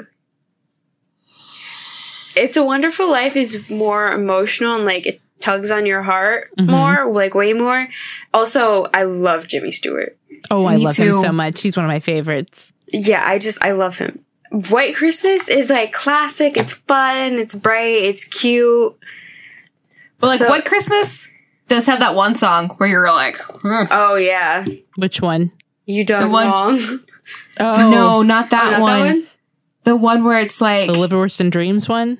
Speaker 2: It's a Wonderful Life is more emotional and like it tugs on your heart
Speaker 1: Mm-hmm.
Speaker 5: Mhm.
Speaker 2: more, like way more. Also, I love Jimmy Stewart.
Speaker 5: Oh, I
Speaker 1: Me
Speaker 5: love
Speaker 1: too.
Speaker 5: him so much. He's one of my favorites.
Speaker 2: Yeah, I just I love him. White Christmas is like classic, it's fun, it's bright, it's cute.
Speaker 1: But like
Speaker 2: So-
Speaker 1: White Christmas does have that one song where you're like, "Hmm."
Speaker 2: Oh yeah.
Speaker 5: Which one?
Speaker 2: You done
Speaker 1: The one-
Speaker 2: wrong.
Speaker 5: Oh
Speaker 1: no, not that
Speaker 2: Not
Speaker 1: one. The one where it's like,
Speaker 5: the Liverwurst and Dreams one.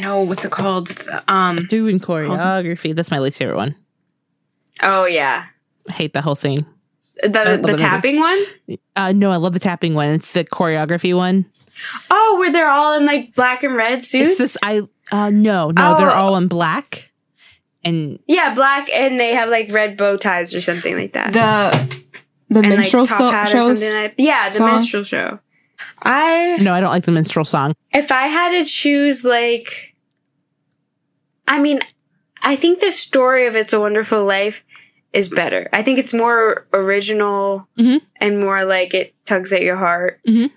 Speaker 1: no, what's it called? The, um,
Speaker 5: Doing choreography. That's my least favorite one.
Speaker 2: Oh yeah.
Speaker 5: I hate that whole scene.
Speaker 2: The the,
Speaker 5: love the movie.
Speaker 2: tapping one?
Speaker 5: Uh, no, I love the tapping one. It's the choreography one.
Speaker 2: Oh, where they're all in like black and red suits.
Speaker 5: It's this. I uh, no, no, they're
Speaker 2: Oh.
Speaker 5: all in black, and
Speaker 2: Yeah, black, and they have like red bow ties or something like that.
Speaker 1: The the
Speaker 2: and
Speaker 1: minstrel
Speaker 2: like top
Speaker 1: so-
Speaker 2: hat or
Speaker 1: shows.
Speaker 2: something like Yeah, the
Speaker 1: song?
Speaker 2: minstrel show. I
Speaker 5: no, I don't like the minstrel song.
Speaker 2: if I had to choose, like, I mean, I think the story of It's a Wonderful Life is better. I think it's more original
Speaker 1: Mm-hmm.
Speaker 5: Mhm.
Speaker 2: and more like it tugs at your heart.
Speaker 5: Mhm.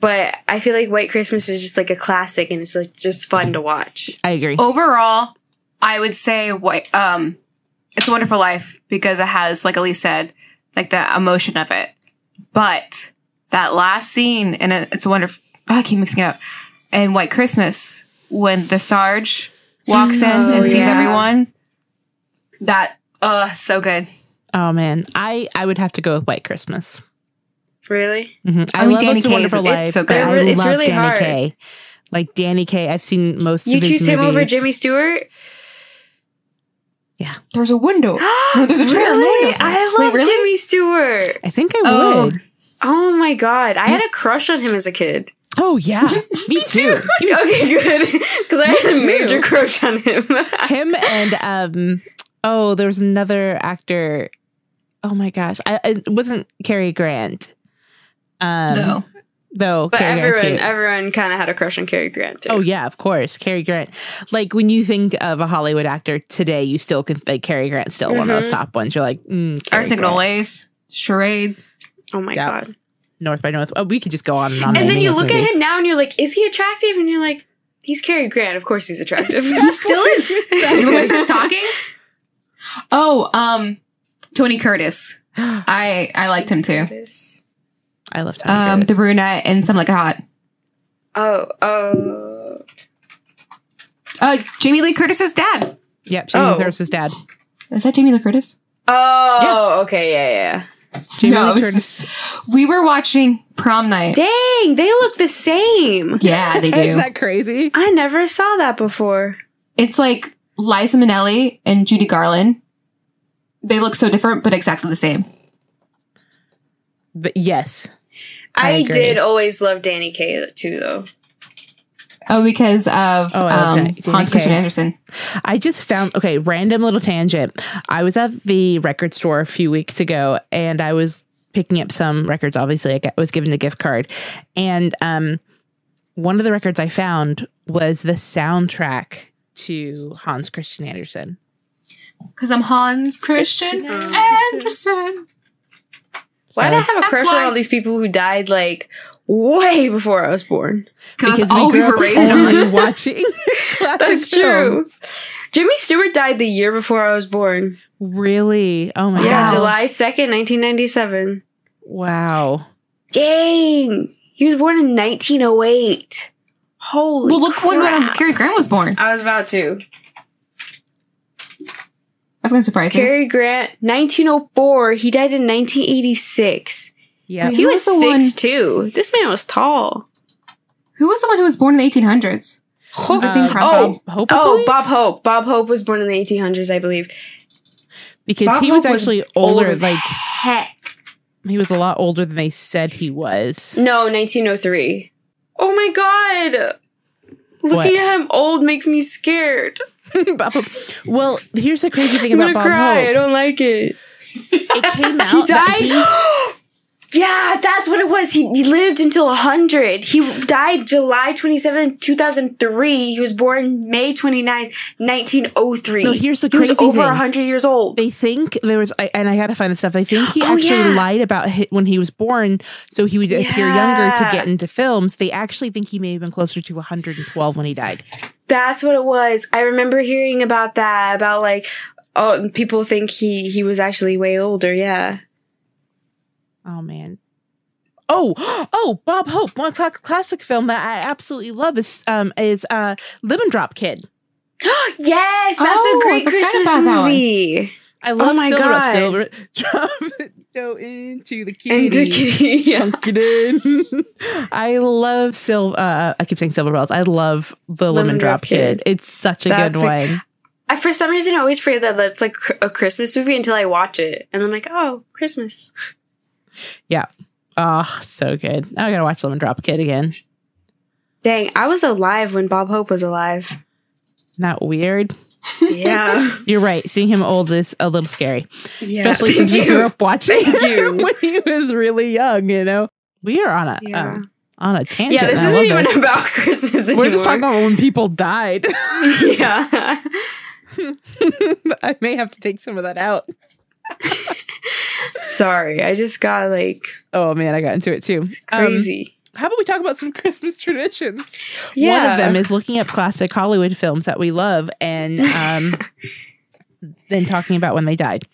Speaker 2: But I feel like White Christmas is just like a classic and it's like just fun to watch.
Speaker 5: I
Speaker 1: Oh.
Speaker 5: agree.
Speaker 1: Overall, I would say what um, it's a wonderful life because it has, like Elise said, like the emotion of it. But that last scene, and it's a wonderful. I keep mixing it up. And White Christmas, when the Sarge walks in
Speaker 2: Oh,
Speaker 1: and sees
Speaker 2: yeah.
Speaker 1: everyone, that uh, so good.
Speaker 5: Oh man, I I would have to go with White Christmas.
Speaker 2: Really?
Speaker 5: hmm I,
Speaker 1: I mean,
Speaker 5: love
Speaker 1: Danny
Speaker 5: It's a
Speaker 1: Kaye is-
Speaker 5: Wonderful
Speaker 1: it's
Speaker 5: Life.
Speaker 1: so
Speaker 5: but
Speaker 1: good.
Speaker 5: I
Speaker 2: It's
Speaker 5: love
Speaker 2: really
Speaker 5: Danny
Speaker 2: hard.
Speaker 5: Kaye. Like Danny Kaye, I've seen most.
Speaker 2: You
Speaker 5: of his
Speaker 2: choose him over
Speaker 5: movies.
Speaker 2: Jimmy Stewart?
Speaker 1: There's a window. No, there's a trailer in the
Speaker 2: really?
Speaker 1: window.
Speaker 2: I
Speaker 1: Wait,
Speaker 2: love
Speaker 1: really?
Speaker 2: Jimmy Stewart.
Speaker 5: I think I
Speaker 1: Oh.
Speaker 5: would.
Speaker 2: Oh my god. I had a crush on him as a kid.
Speaker 5: Oh yeah, me too. He was-
Speaker 2: Okay, good. Because I had a
Speaker 5: too.
Speaker 2: major crush on him.
Speaker 5: Him and um, oh, there was another actor. Oh my gosh, I it wasn't Cary Grant. Um,
Speaker 1: no.
Speaker 5: though,
Speaker 2: But
Speaker 5: Cary Grant's
Speaker 2: everyone,
Speaker 5: cute.
Speaker 2: everyone kind of had a crush on Cary Grant. Too.
Speaker 5: Oh yeah, of course, Cary Grant. Like when you think of a Hollywood actor today, you still can like Cary Grant's still one of
Speaker 2: Mhm.
Speaker 5: those top ones. You're like mm, Cary
Speaker 1: Arson
Speaker 5: Grant,
Speaker 1: Olays, charades.
Speaker 2: Oh my
Speaker 5: Yeah.
Speaker 2: god!
Speaker 5: North by North. Oh, we could just go on and on.
Speaker 2: And then
Speaker 5: naming
Speaker 2: you
Speaker 5: his
Speaker 2: look at
Speaker 5: movies.
Speaker 2: him now, and you're like, "Is he attractive?" And you're like, "He's Cary Grant. Of course, he's attractive."
Speaker 1: He still is. you want me to start talking? Oh, um, Tony Curtis. I I liked him too.
Speaker 5: I love Tony
Speaker 1: Um, the
Speaker 5: Curtis.
Speaker 1: brunette and some like it hot.
Speaker 2: Oh, oh,
Speaker 1: Uh, Jamie Lee Curtis's dad.
Speaker 5: Yep, Jamie
Speaker 2: Oh.
Speaker 5: Curtis's dad.
Speaker 1: Is that Jamie Lee Curtis?
Speaker 2: oh. Okay, yeah,
Speaker 5: Jamie
Speaker 1: No,
Speaker 5: Lee
Speaker 1: it was-
Speaker 5: Curtis.
Speaker 1: We were watching prom night.
Speaker 2: yeah. Dang, they look the same.
Speaker 1: Yeah, they
Speaker 5: Isn't
Speaker 1: do.
Speaker 5: that crazy?
Speaker 2: I never saw that before.
Speaker 1: it's like Liza Minnelli and Judy Garland. They look so different, but exactly the same.
Speaker 5: But yes, I
Speaker 2: I,
Speaker 5: agree.
Speaker 2: did always love Danny Kaye too, though.
Speaker 1: Oh, because of
Speaker 5: Oh, I love
Speaker 1: um,
Speaker 5: Jan- Jamie
Speaker 1: Hans Christian
Speaker 5: Kay.
Speaker 1: Andersen.
Speaker 5: I just found okay, random little tangent. I was at the record store a few weeks ago and I was picking up some records. Obviously, I got- was given a gift card, and um, one of the records I found was the soundtrack to Hans Christian Andersen.
Speaker 1: Because I'm Hans Christian
Speaker 2: Christian
Speaker 1: Andersen.
Speaker 2: Why
Speaker 5: So-
Speaker 2: did I have a
Speaker 1: That's
Speaker 2: crush
Speaker 1: why-
Speaker 2: on all these people who died like way before I was born?
Speaker 1: Because that's all we, were
Speaker 5: up
Speaker 1: raised
Speaker 5: only
Speaker 1: on.
Speaker 5: watching. classic
Speaker 2: That's true.
Speaker 5: films.
Speaker 2: Jimmy Stewart died the year before I was born.
Speaker 5: Really? Oh my
Speaker 2: Yeah,
Speaker 1: Wow.
Speaker 5: gosh!
Speaker 2: July 2nd, 1997.
Speaker 5: Wow.
Speaker 2: Dang. He was born in 1908. Holy
Speaker 1: Well, look when, when um,
Speaker 2: crap.
Speaker 1: Cary Grant was born.
Speaker 2: I was about to.
Speaker 1: That's going to surprise you.
Speaker 2: Cary Grant, 1904. He died in 1986.
Speaker 5: Yeah.
Speaker 1: Wait,
Speaker 2: He
Speaker 1: Who was
Speaker 2: was
Speaker 1: the one-
Speaker 2: 6'2". This man was tall.
Speaker 1: Who was the one who was born in the 1800s? Who's the thing
Speaker 5: Uh,
Speaker 1: from?
Speaker 5: Bob Hope, I
Speaker 2: Oh,
Speaker 5: believe?
Speaker 2: Bob Hope. Bob Hope was born in the 1800s, I believe.
Speaker 5: because
Speaker 2: Bob
Speaker 5: he was
Speaker 2: Hope was
Speaker 5: actually
Speaker 2: old
Speaker 5: older.
Speaker 2: as
Speaker 5: Like
Speaker 2: Heck.
Speaker 5: he was a lot older than they said he was.
Speaker 2: No, 1903. Oh my god.
Speaker 5: What?
Speaker 2: Looking at him old makes me scared.
Speaker 5: Bob Hope. Well, here's the crazy thing
Speaker 2: I'm
Speaker 5: about
Speaker 2: gonna
Speaker 5: Bob
Speaker 2: cry. I
Speaker 5: Hope.
Speaker 2: don't like it.
Speaker 5: It came out
Speaker 2: He
Speaker 5: that
Speaker 2: died. yeah, that's what it was. He, he lived until hundred. He died July twenty seventh, two thousand three. He was born May 29th, nineteen oh three.
Speaker 5: No, here's the
Speaker 2: he was
Speaker 5: crazy
Speaker 2: over
Speaker 5: thing.
Speaker 2: hundred years old.
Speaker 5: They think there was, I, and I had to find the stuff. I think he
Speaker 2: Oh,
Speaker 5: actually
Speaker 2: yeah.
Speaker 5: lied about hi when he was born, so he would appear younger to
Speaker 2: Yeah.
Speaker 5: get into films. They actually think he may have been closer to 112 when he died.
Speaker 2: That's what it was. I remember hearing about that. About like, oh, people think he he was actually way older. Yeah.
Speaker 5: Oh man. Oh, oh, Bob Hope, one cla- classic film that I absolutely love is um is uh Lemon Drop Kid.
Speaker 2: yes, that's
Speaker 1: Oh,
Speaker 2: a great
Speaker 1: I forgot
Speaker 2: Christmas
Speaker 1: about that one.
Speaker 2: movie.
Speaker 5: I love
Speaker 2: Oh my
Speaker 5: Silver
Speaker 2: God.
Speaker 5: Silver Drop it, go into the kitty.
Speaker 2: And the kitty. Yeah.
Speaker 5: chunk it in. I love Silver. Uh, I keep saying Silver Bells. I love the Lemon, Drop, Kid. It's such a
Speaker 2: That's
Speaker 5: good
Speaker 2: a-
Speaker 5: one.
Speaker 2: I, for some reason, I always forget that that's like cr- a Christmas movie until I watch it, and I'm like, oh, Christmas.
Speaker 5: Oh, so good. Now I gotta watch Lemon Drop Kid again. Isn't
Speaker 2: Dang, I was alive when Bob Hope was alive.
Speaker 5: that weird?
Speaker 2: Yeah.
Speaker 5: You're right. Seeing him old is a little scary,
Speaker 2: yeah.
Speaker 5: especially since we
Speaker 2: Thank
Speaker 5: grew
Speaker 2: you.
Speaker 5: up watching
Speaker 2: Thank
Speaker 5: him
Speaker 2: you.
Speaker 5: when he was really young. You know, we are on a
Speaker 2: Yeah.
Speaker 5: um, on a tangent.
Speaker 2: Yeah, this
Speaker 5: and I
Speaker 2: isn't
Speaker 5: love
Speaker 2: even
Speaker 5: it.
Speaker 2: about Christmas anymore.
Speaker 5: We're just talking about when people died.
Speaker 2: yeah.
Speaker 5: I may have to take some of that out.
Speaker 2: Sorry, I just got like
Speaker 5: Oh man, I got into it too. Um,
Speaker 2: crazy.
Speaker 5: how about we talk about some Christmas traditions?
Speaker 2: yeah.
Speaker 5: One of them is looking up classic Hollywood films that we love and um, then talking about when they died.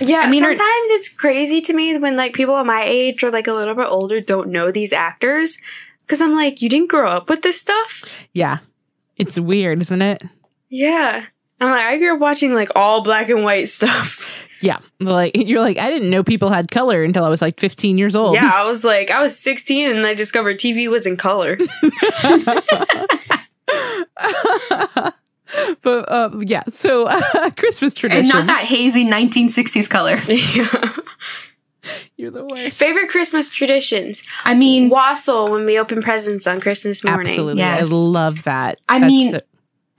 Speaker 2: Yeah,
Speaker 1: I mean, or-
Speaker 2: sometimes it's crazy to me when like people at my age or like a little bit older don't know these actors because I'm like, you didn't grow up with this stuff.
Speaker 5: Yeah. It's weird, isn't it?
Speaker 2: Yeah, I'm like, I grew up watching like all black and white stuff.
Speaker 5: Yeah. Like you're like, I didn't know people had color until I was like 15 years
Speaker 1: Oh.
Speaker 5: old.
Speaker 2: Yeah, I was like, I was 16 and I discovered TV was in color.
Speaker 5: but um, yeah, so uh, Christmas
Speaker 1: and
Speaker 5: tradition.
Speaker 1: not that hazy 1960s color.
Speaker 2: Yeah.
Speaker 5: you're the worst.
Speaker 2: Favorite Christmas traditions:
Speaker 1: I mean,
Speaker 2: wassail when we open presents on Christmas morning.
Speaker 5: Absolutely.
Speaker 1: Yes.
Speaker 5: I love that.
Speaker 1: I
Speaker 5: That's
Speaker 1: mean-
Speaker 5: so-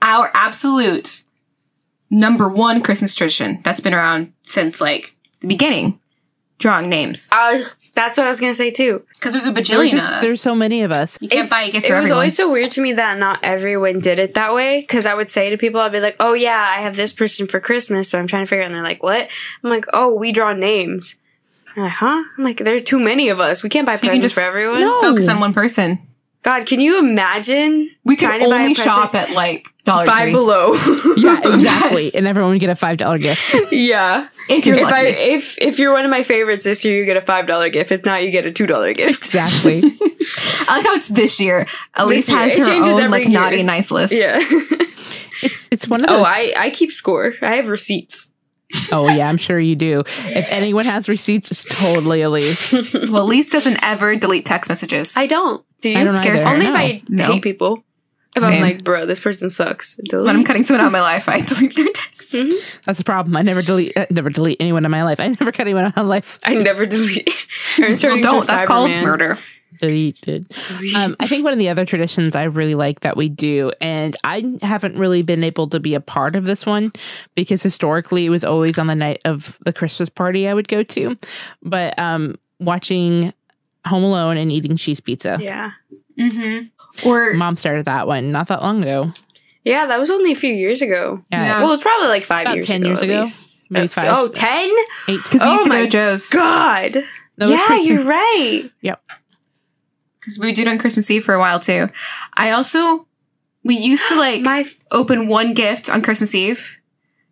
Speaker 1: our absolute number one Christmas tradition that's been around since like the beginning drawing names.
Speaker 2: Uh, that's what I was gonna say too.
Speaker 1: Because there's a
Speaker 5: there's,
Speaker 1: bajillion
Speaker 5: just-
Speaker 1: of
Speaker 5: there's
Speaker 1: us.
Speaker 5: so many of us.
Speaker 1: You can't buy a
Speaker 2: It's-
Speaker 1: gift
Speaker 2: it
Speaker 1: for
Speaker 2: was
Speaker 1: everyone.
Speaker 2: always so weird to me that not everyone did it that way because i would say to people i'd be like oh yeah i have this person for christmas so i'm trying to figure out and they're like what i'm like oh we draw names I'm like, huh i'm like there are too many of us we can't buy
Speaker 1: So you can just-
Speaker 2: presents for everyone
Speaker 5: No.
Speaker 1: Focus on one person.
Speaker 2: god can you imagine
Speaker 1: We can
Speaker 2: trying to buy a
Speaker 1: only
Speaker 2: present
Speaker 1: shop at like Dollar
Speaker 2: five
Speaker 1: Tree
Speaker 2: below
Speaker 5: Yeah, exactly.
Speaker 1: Yes.
Speaker 5: And everyone would get a $5 gift.
Speaker 2: yeah
Speaker 1: if you're
Speaker 2: if
Speaker 1: lucky.
Speaker 2: i if if you're one of my favorites this year you get a five dollar gift if not you get a two dollar gift
Speaker 5: exactly.
Speaker 1: I like how it's this year. Elise
Speaker 2: year.
Speaker 1: has
Speaker 2: It
Speaker 1: her
Speaker 2: changes
Speaker 1: own
Speaker 2: every
Speaker 1: like
Speaker 2: year.
Speaker 1: naughty and nice list.
Speaker 2: yeah
Speaker 5: It's it's one of those
Speaker 2: oh i i keep score i have receipts
Speaker 5: Oh yeah, I'm sure you do. If anyone has receipts, it's totally Elise.
Speaker 1: Well, Elise doesn't ever delete text messages.
Speaker 2: i don't do you
Speaker 5: I don't
Speaker 1: scares
Speaker 5: either.
Speaker 1: me.
Speaker 2: Only
Speaker 5: No.
Speaker 2: if I
Speaker 1: No.
Speaker 2: hate people. If I'm
Speaker 1: Same.
Speaker 2: like, bro, this person sucks.
Speaker 1: when I'm cutting someone out of my life, I delete their texts.
Speaker 2: Mm-hmm.
Speaker 5: That's the problem. I never delete. I never delete anyone in my life. I never cut anyone out of my life.
Speaker 2: I never delete. I'm
Speaker 1: Well,
Speaker 2: turning into a
Speaker 1: don't. That's called
Speaker 2: Cyberman.
Speaker 1: murder.
Speaker 5: Deleted. Um, I think one of the other traditions I really like that we do, and I haven't really been able to be a part of this one because historically it was always on the night of the Christmas party I would go to, but um, watching Home Alone and eating cheese pizza.
Speaker 2: Yeah,
Speaker 1: Mm-hmm. Or
Speaker 5: Mom started that one not that long ago.
Speaker 2: yeah, that was only a few years ago.
Speaker 1: Yeah.
Speaker 2: Well, it was probably like five
Speaker 5: About
Speaker 2: years
Speaker 5: 10
Speaker 2: ago.
Speaker 5: years
Speaker 2: at
Speaker 5: ago?
Speaker 2: least.
Speaker 5: Maybe
Speaker 2: Uh,
Speaker 5: five.
Speaker 2: Oh, 10?
Speaker 5: eight.
Speaker 1: because we
Speaker 2: Oh
Speaker 1: used to go
Speaker 2: my
Speaker 1: to Joe's
Speaker 2: God.
Speaker 5: No, it was
Speaker 2: yeah,
Speaker 5: Christmas.
Speaker 2: you're right.
Speaker 1: because we did on Christmas Eve for a while too. I also we used to like
Speaker 2: My f-
Speaker 1: open one gift on Christmas Eve.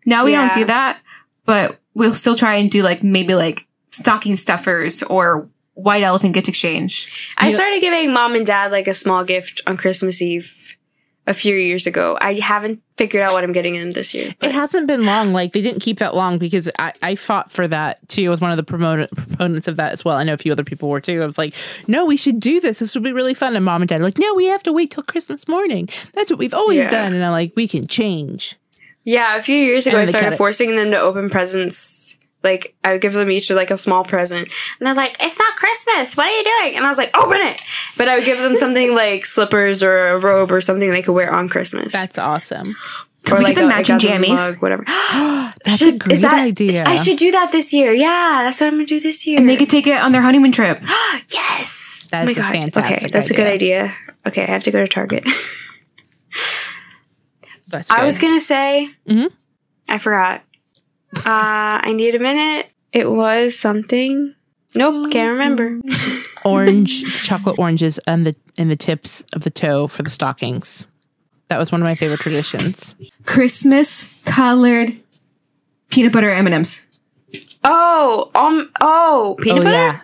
Speaker 1: Now we
Speaker 2: Yeah.
Speaker 1: don't do that, but we'll still try and do like maybe like stocking stuffers or white elephant gift exchange.
Speaker 2: I
Speaker 5: You-
Speaker 2: started giving mom and dad like a small gift on Christmas Eve a few years ago. I haven't figured out what I'm getting them this year.
Speaker 5: It
Speaker 2: but-
Speaker 5: hasn't been long. Like they didn't keep that long because I, I fought for that too. I was one of the promote, proponents of that as well. I know a few other people were too. I was like, no, we should do this. This would be really fun. And mom and dad are like, no, we have to wait till Christmas morning. That's what we've always
Speaker 2: Yeah.
Speaker 5: done. And I'm like, we can change.
Speaker 2: Yeah, a few years ago,
Speaker 5: And
Speaker 2: I
Speaker 5: they cut
Speaker 2: started
Speaker 5: it.
Speaker 2: forcing them to open presents. Like, I would give them each like a small present. And they're like, it's not Christmas. What are you doing? And I was like, open it. But I would give them something like slippers or a robe or something they could wear on Christmas.
Speaker 5: That's awesome.
Speaker 1: Can
Speaker 2: or
Speaker 1: we get them
Speaker 2: a- I
Speaker 1: matching
Speaker 2: got them a
Speaker 1: jammies?
Speaker 2: mug, whatever.
Speaker 5: That's a great
Speaker 2: is that,
Speaker 5: idea.
Speaker 2: I should do that this year. Yeah, that's what I'm going to do this year.
Speaker 1: And they could take it on their honeymoon trip.
Speaker 2: yes.
Speaker 5: That is a
Speaker 2: oh Okay,
Speaker 5: fantastic
Speaker 2: that's a good idea. Okay, I have to go to Target.
Speaker 5: That's
Speaker 2: I
Speaker 5: good.
Speaker 2: was gonna say,
Speaker 5: Mhm.
Speaker 2: I forgot. Uh, I need a minute. It was something. Nope, can't remember.
Speaker 5: orange chocolate oranges and the and the tips of the toe for the stockings. That was one of my favorite traditions.
Speaker 1: Christmas colored peanut butter M and M's.
Speaker 2: Oh, um, oh, peanut
Speaker 5: oh
Speaker 2: butter.
Speaker 5: yeah,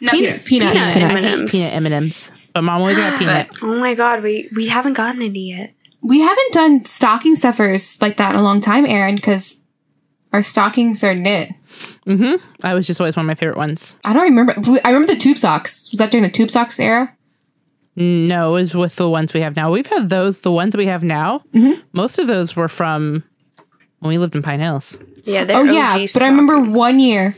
Speaker 1: No, peanut, peanut,
Speaker 2: peanut.
Speaker 1: peanut.
Speaker 5: I hate
Speaker 2: M&Ms.
Speaker 5: peanut M and M's. But mom always got peanut.
Speaker 2: Oh my god, we we haven't gotten any yet.
Speaker 1: We haven't done stocking stuffers like that in a long time, Erin, because our stockings are knit.
Speaker 5: Mm-hmm. That was just always one of my favorite ones.
Speaker 1: I don't remember. I remember the tube socks. Was that during the tube socks era? Mm.
Speaker 5: No, it was with the ones we have now. We've had those, the ones we have now.
Speaker 1: Mm-hmm.
Speaker 5: Most of those were from when we lived in Pine Hills.
Speaker 2: Yeah, they're
Speaker 1: Oh
Speaker 2: OG
Speaker 1: yeah, but I remember one year,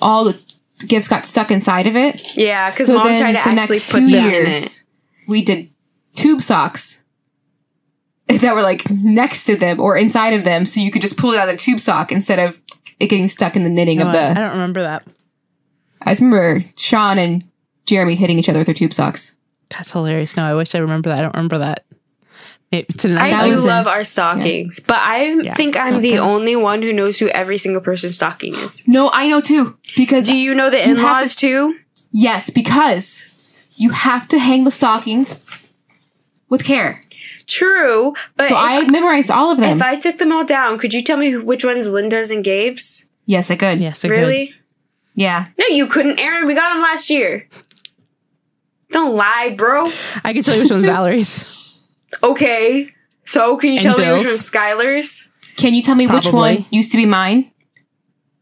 Speaker 1: all the gifts got stuck inside of it.
Speaker 2: Yeah, because mom tried to actually put them in it.
Speaker 1: we did tube socks that were like next to them or inside of them, so you could just pull it out of the tube sock instead of it getting stuck in the knitting
Speaker 5: No,
Speaker 1: of
Speaker 5: I
Speaker 1: the.
Speaker 5: don't remember that.
Speaker 1: I just remember Sean and Jeremy hitting each other with their tube socks.
Speaker 5: That's hilarious. No, I wish I remember that. I don't remember that. Maybe tonight.
Speaker 1: That
Speaker 2: I do
Speaker 1: was in-
Speaker 2: love our stockings, but I
Speaker 5: Yeah.
Speaker 2: think I'm
Speaker 1: Okay.
Speaker 2: the only one who knows who every single person's stocking is.
Speaker 1: No, I know too because
Speaker 2: Do you know the
Speaker 1: You have
Speaker 2: in laws too?
Speaker 1: yes, because you have to hang the stockings with care.
Speaker 2: True, but
Speaker 1: So
Speaker 2: if,
Speaker 1: I memorized all of them.
Speaker 2: if I took them all down, could you tell me who- which one's Linda's and Gabe's?
Speaker 1: yes, I could.
Speaker 5: yes, I could.
Speaker 2: really?
Speaker 1: Yeah.
Speaker 2: No, you couldn't, Aaron. We got them last year. Don't lie, bro.
Speaker 5: I can tell you which one's Valerie's.
Speaker 2: Okay. So, can you
Speaker 5: And
Speaker 2: tell me
Speaker 5: Bill's.
Speaker 2: which one's Skylar's?
Speaker 1: Can you tell me which
Speaker 5: Probably.
Speaker 1: one used to be mine?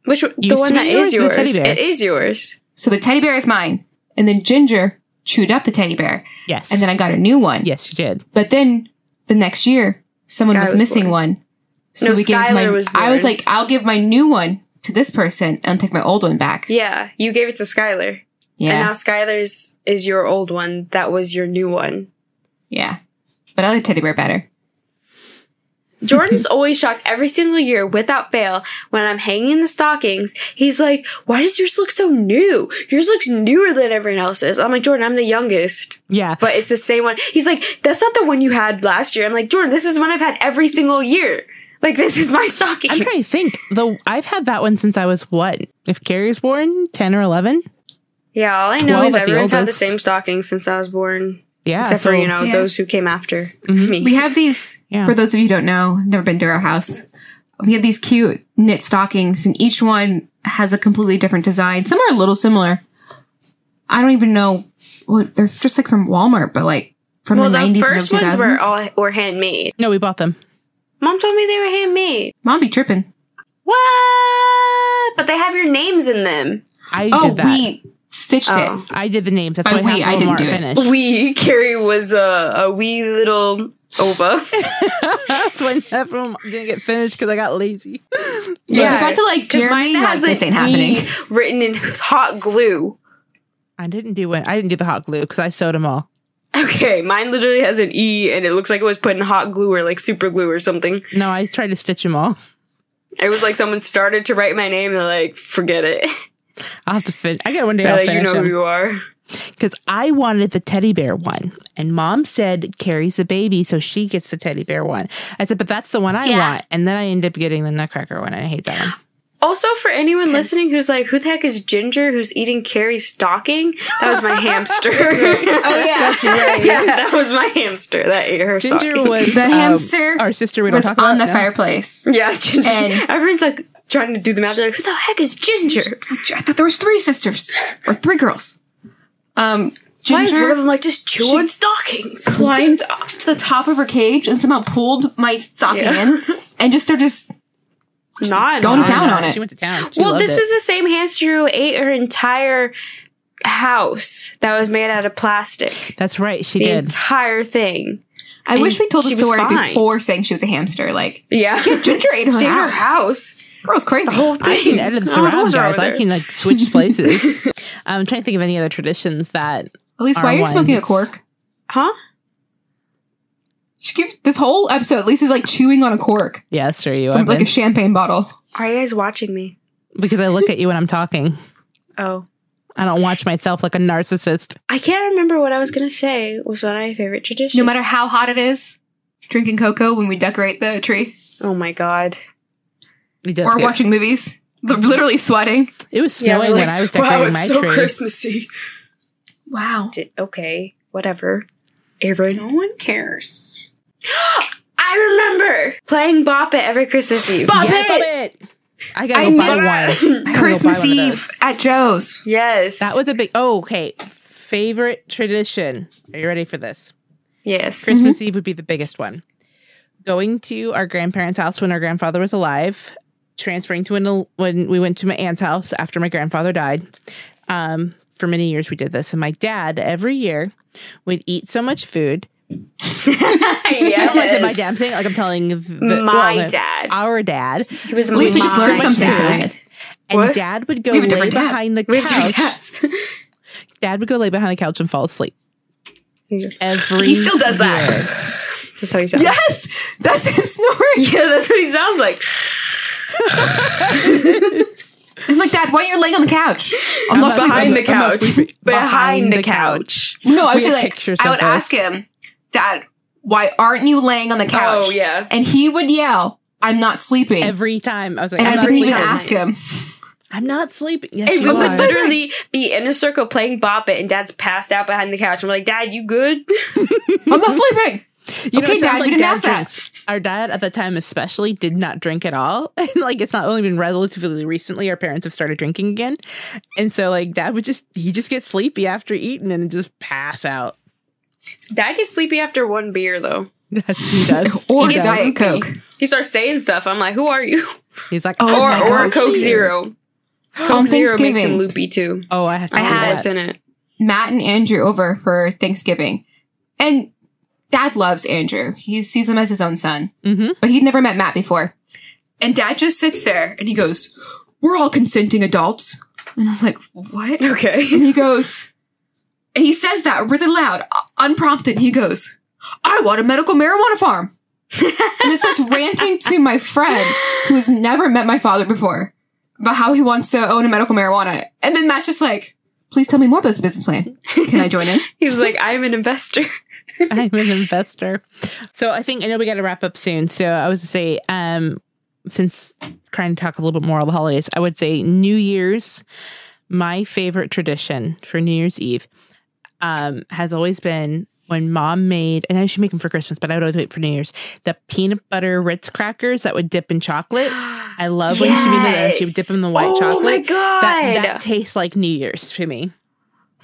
Speaker 2: Which one-
Speaker 5: Used
Speaker 2: the
Speaker 5: to
Speaker 2: one
Speaker 5: be
Speaker 2: that
Speaker 5: yours,
Speaker 2: is
Speaker 5: the
Speaker 2: yours?
Speaker 5: teddy bear.
Speaker 2: It is yours.
Speaker 1: So the teddy bear is mine, and then Ginger chewed up the teddy bear,
Speaker 5: Yes.
Speaker 1: and then I got a new one.
Speaker 5: yes, you did.
Speaker 1: But then the next year, someone
Speaker 2: Sky
Speaker 1: was,
Speaker 2: was
Speaker 1: missing
Speaker 2: born.
Speaker 1: one. So
Speaker 2: No,
Speaker 1: gave
Speaker 2: Skylar
Speaker 1: my,
Speaker 2: was
Speaker 1: I was
Speaker 2: born.
Speaker 1: like, I'll give my new one to this person and take my old one back.
Speaker 2: Yeah, you gave it to Skylar, and now
Speaker 1: Yeah.
Speaker 2: Skylar's is your old one. That was your new one.
Speaker 1: Yeah. But I like teddy bear better.
Speaker 2: Jordan's always shocked every single year without fail when I'm hanging the stockings. He's like, Why does yours look so new? Yours looks newer than everyone else's. I'm like, Jordan, I'm the youngest,
Speaker 5: Yeah.
Speaker 2: but it's the same one. He's like, That's not the one you had last year. I'm like, Jordan, this is one I've had every single year. Like, this is my stocking.
Speaker 5: I'm trying to think. Though I've had that one since I was what? If Carrie's born, ten or eleven?
Speaker 2: yeah, all I know
Speaker 5: 12
Speaker 2: is
Speaker 5: at the
Speaker 2: everyone's had the
Speaker 5: oldest.
Speaker 2: same stockings since I was born,
Speaker 5: Yeah.
Speaker 2: except for,
Speaker 5: so-
Speaker 2: you know,
Speaker 1: yeah.
Speaker 2: those who came after me.
Speaker 1: We have these,
Speaker 5: Yeah.
Speaker 1: for those of you who don't know, never been to our house, we have these cute knit stockings, and each one has a completely different design. Some are a little similar. I don't even know what they're just like from Walmart, but like from
Speaker 2: well,
Speaker 1: the
Speaker 2: the,
Speaker 1: 90s
Speaker 2: first
Speaker 1: and the 2000s.
Speaker 2: ones were all were handmade.
Speaker 5: No, we bought them.
Speaker 2: Mom told me they were handmade.
Speaker 1: Mom be tripping.
Speaker 2: What? But they have your names in them.
Speaker 5: I
Speaker 1: Oh,
Speaker 5: did that.
Speaker 1: we stitched
Speaker 2: Oh.
Speaker 5: I did the names. That's
Speaker 1: By
Speaker 5: why
Speaker 1: we,
Speaker 5: half
Speaker 1: I
Speaker 5: of
Speaker 1: didn't
Speaker 5: them aren't
Speaker 1: do it.
Speaker 5: finished.
Speaker 2: wee Carrie was a, a wee little ova.
Speaker 5: That's when half of them didn't get finished because I got lazy.
Speaker 1: it. Yeah, we got to like
Speaker 2: 'Cause
Speaker 1: Jeremy.
Speaker 2: mine
Speaker 1: Like,
Speaker 2: has
Speaker 1: this
Speaker 2: an
Speaker 1: ain't happening.
Speaker 2: E written in hot glue.
Speaker 5: I didn't do one. I didn't do the hot glue because I sewed them all.
Speaker 2: Okay, mine literally has an E and it looks like it was put in hot glue or like super glue or something.
Speaker 5: No, I tried to stitch them all.
Speaker 2: It was like someone started to write my name and they're like, forget it.
Speaker 5: I'll have to finish. I got one day.
Speaker 2: They're
Speaker 5: I'll
Speaker 2: like, you
Speaker 5: finish
Speaker 2: know who
Speaker 5: them.
Speaker 2: you are.
Speaker 5: because I wanted the teddy bear one, and mom said Carrie's a baby, so she gets the teddy bear one. I said, but that's the one I want, and then I end up getting the Nutcracker one, and I hate that one.
Speaker 2: Also, for anyone listening who's like, who the heck is Ginger who's eating Carrie's stocking? That was my hamster.
Speaker 1: Oh yeah,
Speaker 2: yeah, that was my hamster that ate her
Speaker 5: Ginger
Speaker 2: stocking.
Speaker 5: was
Speaker 1: The
Speaker 5: um,
Speaker 1: hamster
Speaker 5: Our sister, we don't
Speaker 1: was
Speaker 5: talk about
Speaker 1: on the
Speaker 5: no.
Speaker 1: fireplace.
Speaker 2: Yeah, Ginger.
Speaker 1: And-
Speaker 2: Everyone's like trying to do the math. They're like, who the heck is Ginger?
Speaker 1: I thought there was three sisters or three girls. Um,
Speaker 2: Why is one of
Speaker 1: Ginger
Speaker 2: them like just chew on stockings?
Speaker 1: climbed up to the top of her cage and somehow pulled my stocking
Speaker 2: Yeah.
Speaker 1: in and just started just
Speaker 2: Not
Speaker 1: going
Speaker 2: not.
Speaker 1: down on it.
Speaker 5: She went to town. She
Speaker 2: Well,
Speaker 5: loved
Speaker 2: this
Speaker 5: it.
Speaker 2: is the same hamster who ate her entire house that was made out of plastic.
Speaker 5: that's right. She
Speaker 2: The
Speaker 5: did.
Speaker 2: entire thing.
Speaker 1: I wish we told the
Speaker 2: she was
Speaker 1: story
Speaker 2: fine.
Speaker 1: before saying she was a hamster. Like
Speaker 2: Yeah.
Speaker 1: yeah, Ginger ate her
Speaker 2: She ate her
Speaker 1: house.
Speaker 2: house.
Speaker 1: Girl's crazy.
Speaker 2: The whole
Speaker 5: I
Speaker 2: thing.
Speaker 5: can edit this
Speaker 2: I don't know what
Speaker 5: around,
Speaker 2: was wrong
Speaker 5: guys.
Speaker 2: with
Speaker 5: I
Speaker 2: her.
Speaker 5: can like switch places. I'm trying to think of any other traditions that
Speaker 1: At least why
Speaker 5: Our
Speaker 1: are you smoking a
Speaker 5: wines.
Speaker 1: cork?
Speaker 2: Huh?
Speaker 1: She keeps this whole episode. Lisa's like chewing on a cork,
Speaker 5: yeah, sir, you
Speaker 1: from,
Speaker 5: have
Speaker 1: like
Speaker 5: been
Speaker 1: a champagne bottle.
Speaker 2: Are you guys watching me?
Speaker 5: because I look at you when I'm talking.
Speaker 2: Oh.
Speaker 5: I don't watch myself like a narcissist.
Speaker 2: I can't remember what I was gonna say was one of my favorite traditions.
Speaker 1: No matter how hot it is, drinking cocoa when we decorate the tree
Speaker 2: oh my god.
Speaker 5: He does
Speaker 1: or
Speaker 5: get-
Speaker 1: watching movies. L- Literally sweating.
Speaker 5: It was snowing
Speaker 2: we're
Speaker 5: when
Speaker 2: like,
Speaker 5: I was decorating
Speaker 2: wow, it's
Speaker 5: my
Speaker 2: so
Speaker 5: tree.
Speaker 2: Christmassy.
Speaker 1: Wow.
Speaker 2: Di- okay, whatever. Aaron.
Speaker 1: No one cares.
Speaker 2: I remember playing Bop It every Christmas Eve.
Speaker 1: Bop
Speaker 5: Yeah,
Speaker 1: it!
Speaker 5: bop it! I gotta
Speaker 1: I
Speaker 5: go
Speaker 1: miss-
Speaker 5: buy one. I gotta go buy
Speaker 1: Christmas
Speaker 5: one of
Speaker 1: Eve
Speaker 5: those.
Speaker 1: at Joe's.
Speaker 2: Yes.
Speaker 5: That was a big. Oh, okay. Favorite tradition. Are you ready for this?
Speaker 2: yes.
Speaker 1: Mm-hmm.
Speaker 5: Christmas Eve would be the biggest one. Going to our grandparents' house when our grandfather was alive, transferring to an, when we went to my aunt's house after my grandfather died. Um, for many years, we did this. And my dad, every year, would eat so much food. I don't want to say my dad. I'm saying like I'm telling the, uh,
Speaker 2: My
Speaker 5: well, no,
Speaker 2: dad.
Speaker 5: Our dad.
Speaker 2: He was
Speaker 1: At least we just
Speaker 2: my
Speaker 1: learned
Speaker 5: so much
Speaker 1: something
Speaker 5: dad.
Speaker 1: tonight.
Speaker 5: And
Speaker 2: What?
Speaker 5: dad would go
Speaker 1: We have a
Speaker 5: lay
Speaker 1: different dad.
Speaker 5: behind the
Speaker 2: We have
Speaker 5: couch.
Speaker 2: two dads.
Speaker 5: Dad would go lay behind the couch and fall asleep. Every
Speaker 1: He still does that.
Speaker 5: year.
Speaker 2: That's how he sounds.
Speaker 1: Yes, that's him snoring.
Speaker 2: Yeah, that's what he sounds like.
Speaker 1: I'm like, Dad, why are you laying on the couch? I'm not
Speaker 5: Sleep
Speaker 2: behind
Speaker 5: on
Speaker 2: the
Speaker 5: the- I'm a
Speaker 2: couch.
Speaker 5: sleepy-
Speaker 2: Behind,
Speaker 5: behind
Speaker 2: the,
Speaker 5: the
Speaker 2: couch.
Speaker 1: sleeping. No, I would
Speaker 5: We
Speaker 1: say
Speaker 5: have
Speaker 1: like,
Speaker 5: pictures
Speaker 1: I
Speaker 5: of
Speaker 1: would
Speaker 5: us.
Speaker 1: ask him, Dad, why aren't you laying on the couch?
Speaker 2: Oh yeah.
Speaker 1: and he would yell, "I'm not sleeping,"
Speaker 5: Every time I was like,
Speaker 1: and I
Speaker 5: I'm, not
Speaker 1: didn't even
Speaker 5: sleeping.
Speaker 1: ask him.
Speaker 5: I'm not sleeping. Yes,
Speaker 2: Hey, we
Speaker 5: you
Speaker 1: was
Speaker 2: would
Speaker 5: are.
Speaker 1: literally-
Speaker 2: literally be in a circle playing Bop It, and Dad's passed out behind the couch. And we're like, Dad, you good?
Speaker 1: I'm not sleeping.
Speaker 5: You know,
Speaker 1: Okay,
Speaker 5: it sounds
Speaker 1: Dad, we didn't ask that.
Speaker 5: drinks. Our dad at the time, especially, did not drink at all. And like, it's not only been relatively recently our parents have started drinking again, and so like, dad would just he just gets sleepy after eating and just pass out.
Speaker 2: Dad gets sleepy after one beer, though.
Speaker 5: That's he does.
Speaker 1: Or
Speaker 5: He does.
Speaker 1: Diet Coke.
Speaker 2: He starts saying stuff. I'm like, Who are you?
Speaker 5: He's like,
Speaker 1: Oh
Speaker 5: oh,
Speaker 1: my
Speaker 2: or or
Speaker 1: gosh.
Speaker 2: Coke Zero. Coke
Speaker 1: On
Speaker 2: Zero makes him
Speaker 1: Thanksgiving,
Speaker 2: loopy too.
Speaker 5: oh, I have to.
Speaker 2: I
Speaker 5: do
Speaker 1: had-
Speaker 2: had
Speaker 5: that.
Speaker 2: in it.
Speaker 1: Matt and Andrew over for Thanksgiving, and Dad loves Andrew. He sees him as his own son.
Speaker 5: Mhm.
Speaker 1: but he'd never met Matt before. And dad just sits there and he goes, We're all consenting adults. And I was like, What? And
Speaker 2: Okay.
Speaker 1: he goes, and he says that really loud, uh, unprompted. He goes, I want a medical marijuana farm. and then starts ranting to my friend who has never met my father before about how he wants to own a medical marijuana. And then Matt's just like, Please tell me more about this business plan. Can I join in?
Speaker 2: He's like, I'm an investor.
Speaker 5: I'm an investor. So I think I know we got to wrap up soon. So I was to say, um, since trying to talk a little bit more on the holidays, I would say New Year's. My favorite tradition for New Year's Eve um, has always been when mom made, and I should make them for Christmas, but I would always wait for New Year's, the peanut butter Ritz crackers that would dip in chocolate. I love when she made that. She would dip them in the white
Speaker 2: Yes.
Speaker 5: chocolate.
Speaker 2: Oh my god.
Speaker 5: That, that tastes like New Year's to me.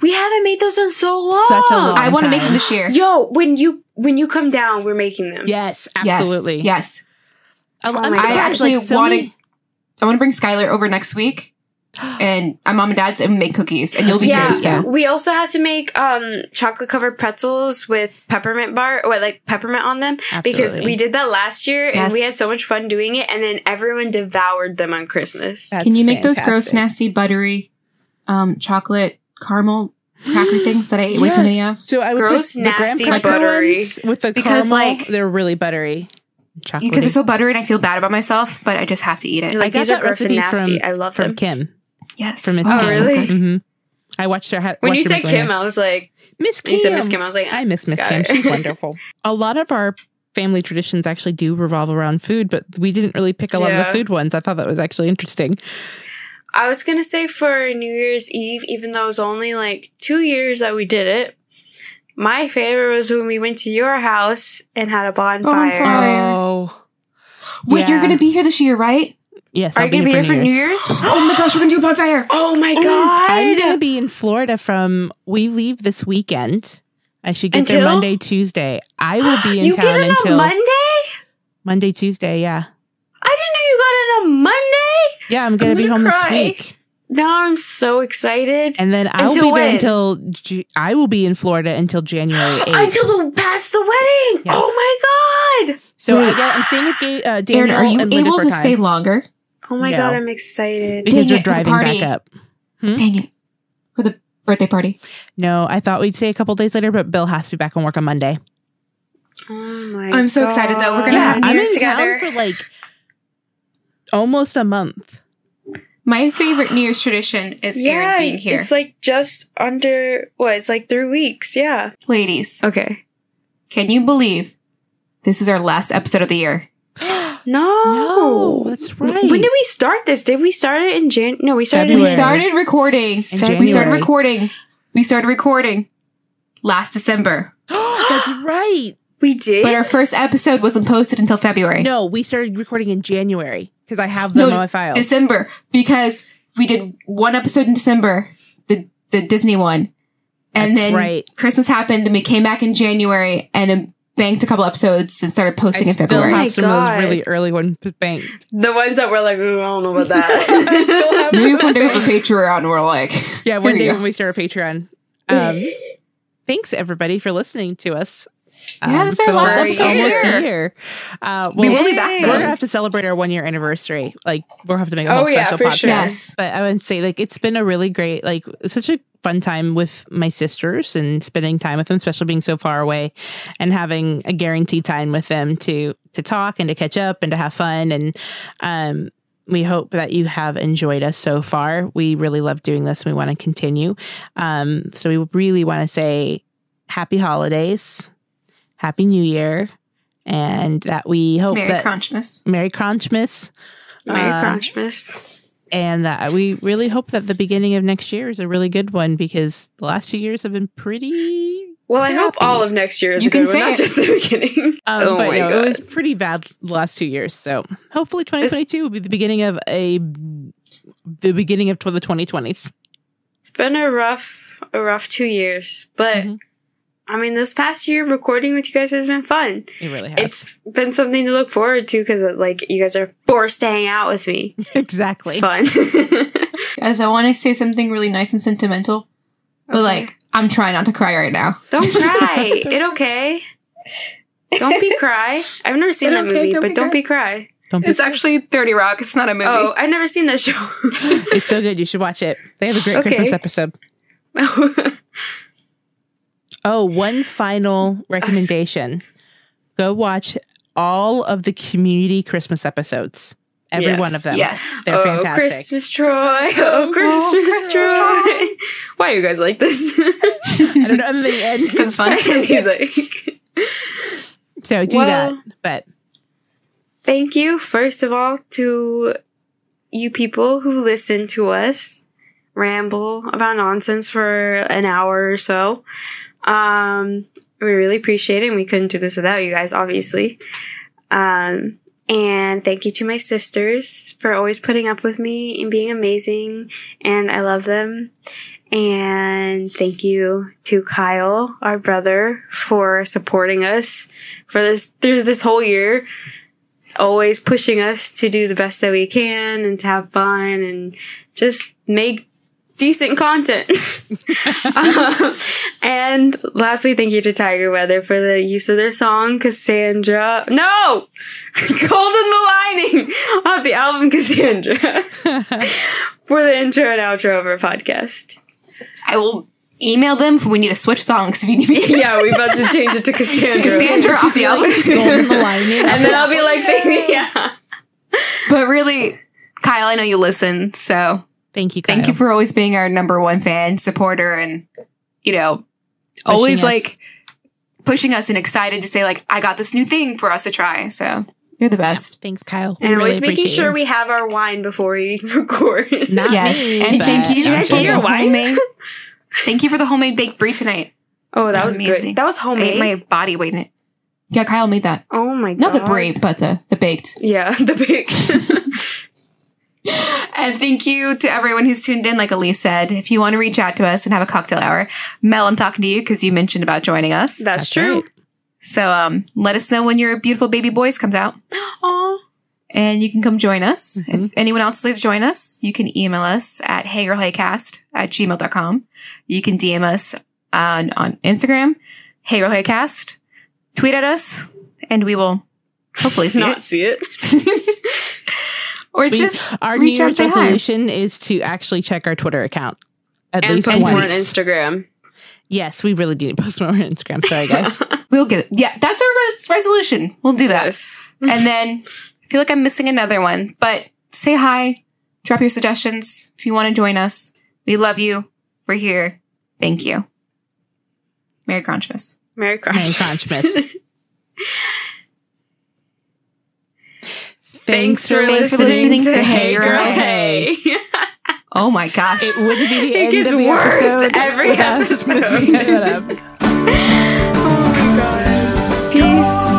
Speaker 2: we haven't made those in so long.
Speaker 5: Such a long-
Speaker 1: I want to make
Speaker 5: time.
Speaker 1: them this year.
Speaker 2: Yo, when you when you come down, we're making them.
Speaker 5: Yes,
Speaker 1: Yes,
Speaker 5: absolutely.
Speaker 1: Yes.
Speaker 5: I,
Speaker 2: Oh my
Speaker 1: I
Speaker 2: gosh,
Speaker 1: actually
Speaker 5: wanted.
Speaker 1: want to I want to bring Skylar over next week, and my mom and dad's and make cookies, and you'll be
Speaker 2: Yeah,
Speaker 1: here. So
Speaker 2: we also have to make um chocolate covered pretzels with peppermint bar or like peppermint on them because
Speaker 5: Absolutely.
Speaker 2: we did that last year and
Speaker 1: Yes.
Speaker 2: we had so much fun doing it and then everyone devoured them on Christmas.
Speaker 5: That's
Speaker 1: can you make those gross,
Speaker 5: fantastic.
Speaker 1: nasty, buttery, um, chocolate caramel cracker things that I ate way
Speaker 5: Yes.
Speaker 1: too many of?
Speaker 5: So I would
Speaker 2: Gross,
Speaker 5: put the graham
Speaker 2: nasty,
Speaker 5: cracker
Speaker 2: buttery.
Speaker 5: ones with the
Speaker 1: Because,
Speaker 5: caramel.
Speaker 1: like-
Speaker 5: they're really buttery. Chocolate.
Speaker 1: Because they're so buttery, and I feel bad about myself, but I just have to eat it.
Speaker 2: You're like
Speaker 5: got
Speaker 2: these are
Speaker 5: that
Speaker 2: gross and
Speaker 5: recipe
Speaker 2: nasty.
Speaker 5: from-
Speaker 2: I love
Speaker 5: from
Speaker 2: them.
Speaker 5: Kim
Speaker 1: yes,
Speaker 5: from Miss
Speaker 1: Oh,
Speaker 5: Kim.
Speaker 1: so
Speaker 2: really?
Speaker 1: good.
Speaker 5: hmm I watched her. ha-
Speaker 2: When
Speaker 5: watched
Speaker 2: you
Speaker 5: her
Speaker 2: said
Speaker 5: make one.
Speaker 2: Kim, I was like,
Speaker 5: Miss Kim,
Speaker 2: you said Miss Kim. I was like,
Speaker 5: I miss Miss
Speaker 2: Got
Speaker 5: Kim.
Speaker 2: it.
Speaker 5: She's wonderful. A lot of our family traditions actually do revolve around food, but we didn't really pick a lot of
Speaker 2: Yeah.
Speaker 5: the food ones. I thought that was actually interesting.
Speaker 2: I was gonna say for New Year's Eve, even though it was only like two years that we did it. My favorite was when we went to your house and had a bonfire.
Speaker 1: Bonfire. Fire.
Speaker 5: Oh,
Speaker 1: Wait, you're
Speaker 5: Yeah.
Speaker 1: gonna be here this year, right?
Speaker 5: yes.
Speaker 2: Are
Speaker 5: I'll
Speaker 2: you gonna be here for New
Speaker 5: Year's?
Speaker 2: Year's?
Speaker 1: oh my gosh, we're gonna do a bonfire.
Speaker 2: Oh my
Speaker 5: I'm
Speaker 2: god!
Speaker 5: going to be in Florida from. We leave this weekend. I should get there
Speaker 2: Until?
Speaker 5: Monday, Tuesday. I will be in
Speaker 2: you
Speaker 5: town
Speaker 2: get it
Speaker 5: until
Speaker 2: on Monday?
Speaker 5: Monday, Tuesday. Yeah,
Speaker 2: I didn't know you got it on Monday.
Speaker 5: yeah. I'm gonna
Speaker 1: I'm
Speaker 5: be
Speaker 1: gonna
Speaker 5: home
Speaker 1: cry.
Speaker 5: this week,
Speaker 2: Now I'm so excited.
Speaker 5: and then I'll
Speaker 2: Until
Speaker 5: be there
Speaker 2: when?
Speaker 5: until Ju- I will be in Florida until January 8th.
Speaker 2: Until the past the wedding.
Speaker 5: Yeah.
Speaker 2: Oh my god!
Speaker 5: so I get, I'm staying with Ga- uh,
Speaker 1: Aaron,
Speaker 5: Daniel
Speaker 1: are you
Speaker 5: and Linda
Speaker 1: able
Speaker 5: for
Speaker 1: to
Speaker 5: time
Speaker 1: stay longer?
Speaker 2: Oh my
Speaker 5: No.
Speaker 2: god! I'm excited.
Speaker 5: because
Speaker 1: Dang
Speaker 5: we're
Speaker 1: it, for the
Speaker 5: driving
Speaker 1: party.
Speaker 5: back up.
Speaker 1: Dang it, for the birthday party.
Speaker 5: No, I thought we'd stay a couple days later, but Bill has to be back on work on Monday.
Speaker 2: Oh my!
Speaker 1: I'm so excited, though. We're gonna
Speaker 2: God.
Speaker 1: have New
Speaker 5: I'm
Speaker 1: Year's
Speaker 5: in town
Speaker 1: together.
Speaker 5: for like almost a month.
Speaker 1: My favorite New Year's tradition is Aaron being here.
Speaker 2: It's like just under what? It's like three weeks. Yeah.
Speaker 1: Ladies,
Speaker 2: Okay.
Speaker 1: can you believe this is our last episode of the year?
Speaker 2: No.
Speaker 5: No, that's right.
Speaker 2: When did we start this? Did we start it in Jan? No, we started.
Speaker 1: We
Speaker 5: February.
Speaker 1: started recording.
Speaker 5: February.
Speaker 1: We started recording. We started recording last December.
Speaker 5: That's right.
Speaker 2: We did.
Speaker 1: But uh, our first episode wasn't posted until February.
Speaker 5: No, we started recording in January because I have them
Speaker 1: No,
Speaker 5: on my file.
Speaker 1: December. Because we did one episode in December, the the Disney one. And
Speaker 5: That's
Speaker 1: then
Speaker 5: right.
Speaker 1: Christmas happened, then we came back in January and then banked a couple episodes and started
Speaker 5: I
Speaker 1: posting in
Speaker 5: still
Speaker 1: February.
Speaker 2: Oh my
Speaker 5: have some of
Speaker 2: God.
Speaker 5: those really early ones banked.
Speaker 2: the ones that were like, "Ooh, I don't know about
Speaker 5: I still
Speaker 2: that.
Speaker 5: have
Speaker 1: Maybe
Speaker 5: those
Speaker 1: one day we have a
Speaker 5: banked.
Speaker 1: Patreon and we're like
Speaker 5: Yeah,
Speaker 1: Here
Speaker 5: one
Speaker 1: we
Speaker 5: day
Speaker 1: go.
Speaker 5: when we start a Patreon. Um, thanks everybody for listening to us.
Speaker 1: Yeah, that's our
Speaker 5: for the
Speaker 1: last
Speaker 5: last
Speaker 1: episode of the
Speaker 5: almost
Speaker 1: year.
Speaker 5: year. Uh,
Speaker 1: We
Speaker 5: well,
Speaker 1: will be back,
Speaker 5: We're
Speaker 1: though.
Speaker 5: gonna have to celebrate our one year anniversary. Like we'll have to make a whole
Speaker 2: Oh, yeah,
Speaker 5: special
Speaker 2: for
Speaker 5: podcast.
Speaker 2: sure.
Speaker 1: Yes.
Speaker 5: But I would say like it's been a really great, like such a fun time with my sisters and spending time with them, especially being so far away and having a guaranteed time with them to to talk and to catch up and to have fun. And um we hope that you have enjoyed us so far. We really love doing this. We want to continue. Um, so we really want to say happy holidays, happy new year, and that we hope
Speaker 1: Merry
Speaker 5: that
Speaker 1: Crunchmas.
Speaker 5: Merry Crunchmas.
Speaker 2: Merry
Speaker 5: Uh,
Speaker 2: Christmas.
Speaker 5: And that we really hope that the beginning of next year is a really good one because the last two years have been pretty.
Speaker 2: Well, I hope
Speaker 5: happy.
Speaker 2: all of next year is
Speaker 1: You
Speaker 2: a
Speaker 1: can
Speaker 2: good one,
Speaker 1: say
Speaker 2: not
Speaker 1: it.
Speaker 2: just the beginning.
Speaker 5: Um,
Speaker 2: oh
Speaker 5: but
Speaker 2: my
Speaker 5: no,
Speaker 2: god,
Speaker 5: it was pretty bad the last two years. So hopefully 2022 will be the beginning of a the beginning of tw- the 2020s.
Speaker 2: it's been a rough, a rough two years. But
Speaker 1: Mm-hmm.
Speaker 5: Mhm.
Speaker 2: I mean, this past year recording with you guys has been fun.
Speaker 5: It really has.
Speaker 2: It's been something to look forward to because like you guys are forced to hang out with me.
Speaker 5: exactly.
Speaker 2: It's fun.
Speaker 1: Guys, I want to say something really nice and sentimental, but
Speaker 2: Okay.
Speaker 1: like, I'm trying not to cry right now.
Speaker 2: Don't cry. it okay. Don't be cry. I've never seen
Speaker 1: It
Speaker 2: that
Speaker 1: okay,
Speaker 2: movie,
Speaker 1: don't
Speaker 2: but
Speaker 1: be
Speaker 2: don't
Speaker 1: cry.
Speaker 2: be cry.
Speaker 5: Don't be
Speaker 1: It's actually 30 Rock. It's not a movie.
Speaker 2: Oh, I've never seen that show.
Speaker 5: It's so good. You should watch it. They have a great
Speaker 2: Okay.
Speaker 5: Christmas episode. Oh, one final recommendation. Go watch all of the community Christmas episodes. Every
Speaker 2: Yes.
Speaker 5: one of them.
Speaker 1: yes.
Speaker 5: They're
Speaker 2: oh,
Speaker 5: fantastic.
Speaker 2: Christmas Troy. Oh, Christmas,
Speaker 1: Christmas
Speaker 2: Troy.
Speaker 1: Troy.
Speaker 2: Why are you guys like this?
Speaker 5: I don't know. and the end.
Speaker 1: That's funny.
Speaker 2: and he's like,
Speaker 5: So do
Speaker 2: Well-
Speaker 5: that. But
Speaker 2: thank you, first of all, to you people who listen to us ramble about nonsense for an hour or so. Um, we really appreciate it, and we couldn't do this without you guys, obviously. Um, and thank you to my sisters for always putting up with me and being amazing, and I love them. And thank you to Kyle, our brother, for supporting us for this through this whole year always pushing us to do the best that we can and to have fun and just make decent content. Um, and lastly, thank you to Tiger Weather for the use of their song Cassandra. No! Golden the Lining of the album Cassandra for the intro and outro of our podcast.
Speaker 1: I will email them if we need to switch songs if you need me to.
Speaker 2: Yeah, we about to change it to Cassandra.
Speaker 1: Cassandra off the album.
Speaker 5: golden alignment.
Speaker 2: And then I'll be like, yeah.
Speaker 1: But really, Kyle, I know you listen, so
Speaker 5: Thank you.
Speaker 1: thank you for always being our number one fan, supporter, and you know, always
Speaker 5: us.
Speaker 1: like pushing us and excited to say like, I got this new thing for us to try. So you're the best.
Speaker 5: Thanks, Kyle. We
Speaker 2: And
Speaker 5: really
Speaker 2: always making
Speaker 5: appreciate
Speaker 2: sure
Speaker 5: you.
Speaker 2: we have our wine before we record.
Speaker 5: Not
Speaker 1: yes,
Speaker 5: me,
Speaker 1: and
Speaker 5: but-
Speaker 1: thank you.
Speaker 2: Did you guys get
Speaker 1: for
Speaker 2: your
Speaker 1: the
Speaker 2: wine?
Speaker 1: homemade- Thank you for the homemade baked brie tonight.
Speaker 2: Oh, that
Speaker 1: That's
Speaker 2: was
Speaker 1: amazing.
Speaker 2: good. That was
Speaker 1: I ate
Speaker 2: homemade.
Speaker 1: my body weight in it. Yeah, Kyle made that.
Speaker 2: oh my god.
Speaker 1: Not the brie, but the the baked.
Speaker 2: Yeah, the baked.
Speaker 1: And thank you to everyone who's tuned in. Like Elise said, if you want to reach out to us and have a cocktail hour, Mel, I'm talking to you because you mentioned about joining us.
Speaker 2: That's true.
Speaker 1: So um, let us know when your beautiful baby boys comes out,
Speaker 2: Aw.
Speaker 1: and you can come join us. If anyone else would like to join us, you can email us at heygirlheycast at gmail.com. You can DM us on, on Instagram, heygirlheycast. Tweet at us, and we will hopefully see
Speaker 2: Not
Speaker 1: it.
Speaker 2: see it.
Speaker 1: Or
Speaker 5: We-
Speaker 1: just
Speaker 5: our New
Speaker 1: reach out and
Speaker 5: Year's
Speaker 1: say hi.
Speaker 5: resolution is to actually check our Twitter account at
Speaker 2: And
Speaker 5: least
Speaker 2: post
Speaker 5: once.
Speaker 2: one on Instagram.
Speaker 5: Yes, we really do need to post more on Instagram. Sorry, guys.
Speaker 1: We'll get it. Yeah, that's our res- resolution. We'll do that.
Speaker 2: Yes.
Speaker 1: And then I feel like I'm missing another one, but say hi, drop your suggestions if you want to join us. We love you. We're here. Thank you. Merry Christmas.
Speaker 2: Merry
Speaker 5: Merry
Speaker 2: Christmas.
Speaker 5: Christmas.
Speaker 2: Thanks, for,
Speaker 1: Thanks for
Speaker 2: listening,
Speaker 1: listening
Speaker 2: to
Speaker 1: to
Speaker 2: Hey
Speaker 1: Hey
Speaker 2: Girl
Speaker 1: Girl
Speaker 2: Hey.
Speaker 1: Oh my gosh.
Speaker 5: It wouldn't be the
Speaker 2: It
Speaker 5: end
Speaker 2: gets
Speaker 5: of the
Speaker 2: worse
Speaker 5: episode
Speaker 2: every
Speaker 5: without us
Speaker 2: episode.
Speaker 5: messing it up.
Speaker 2: Peace.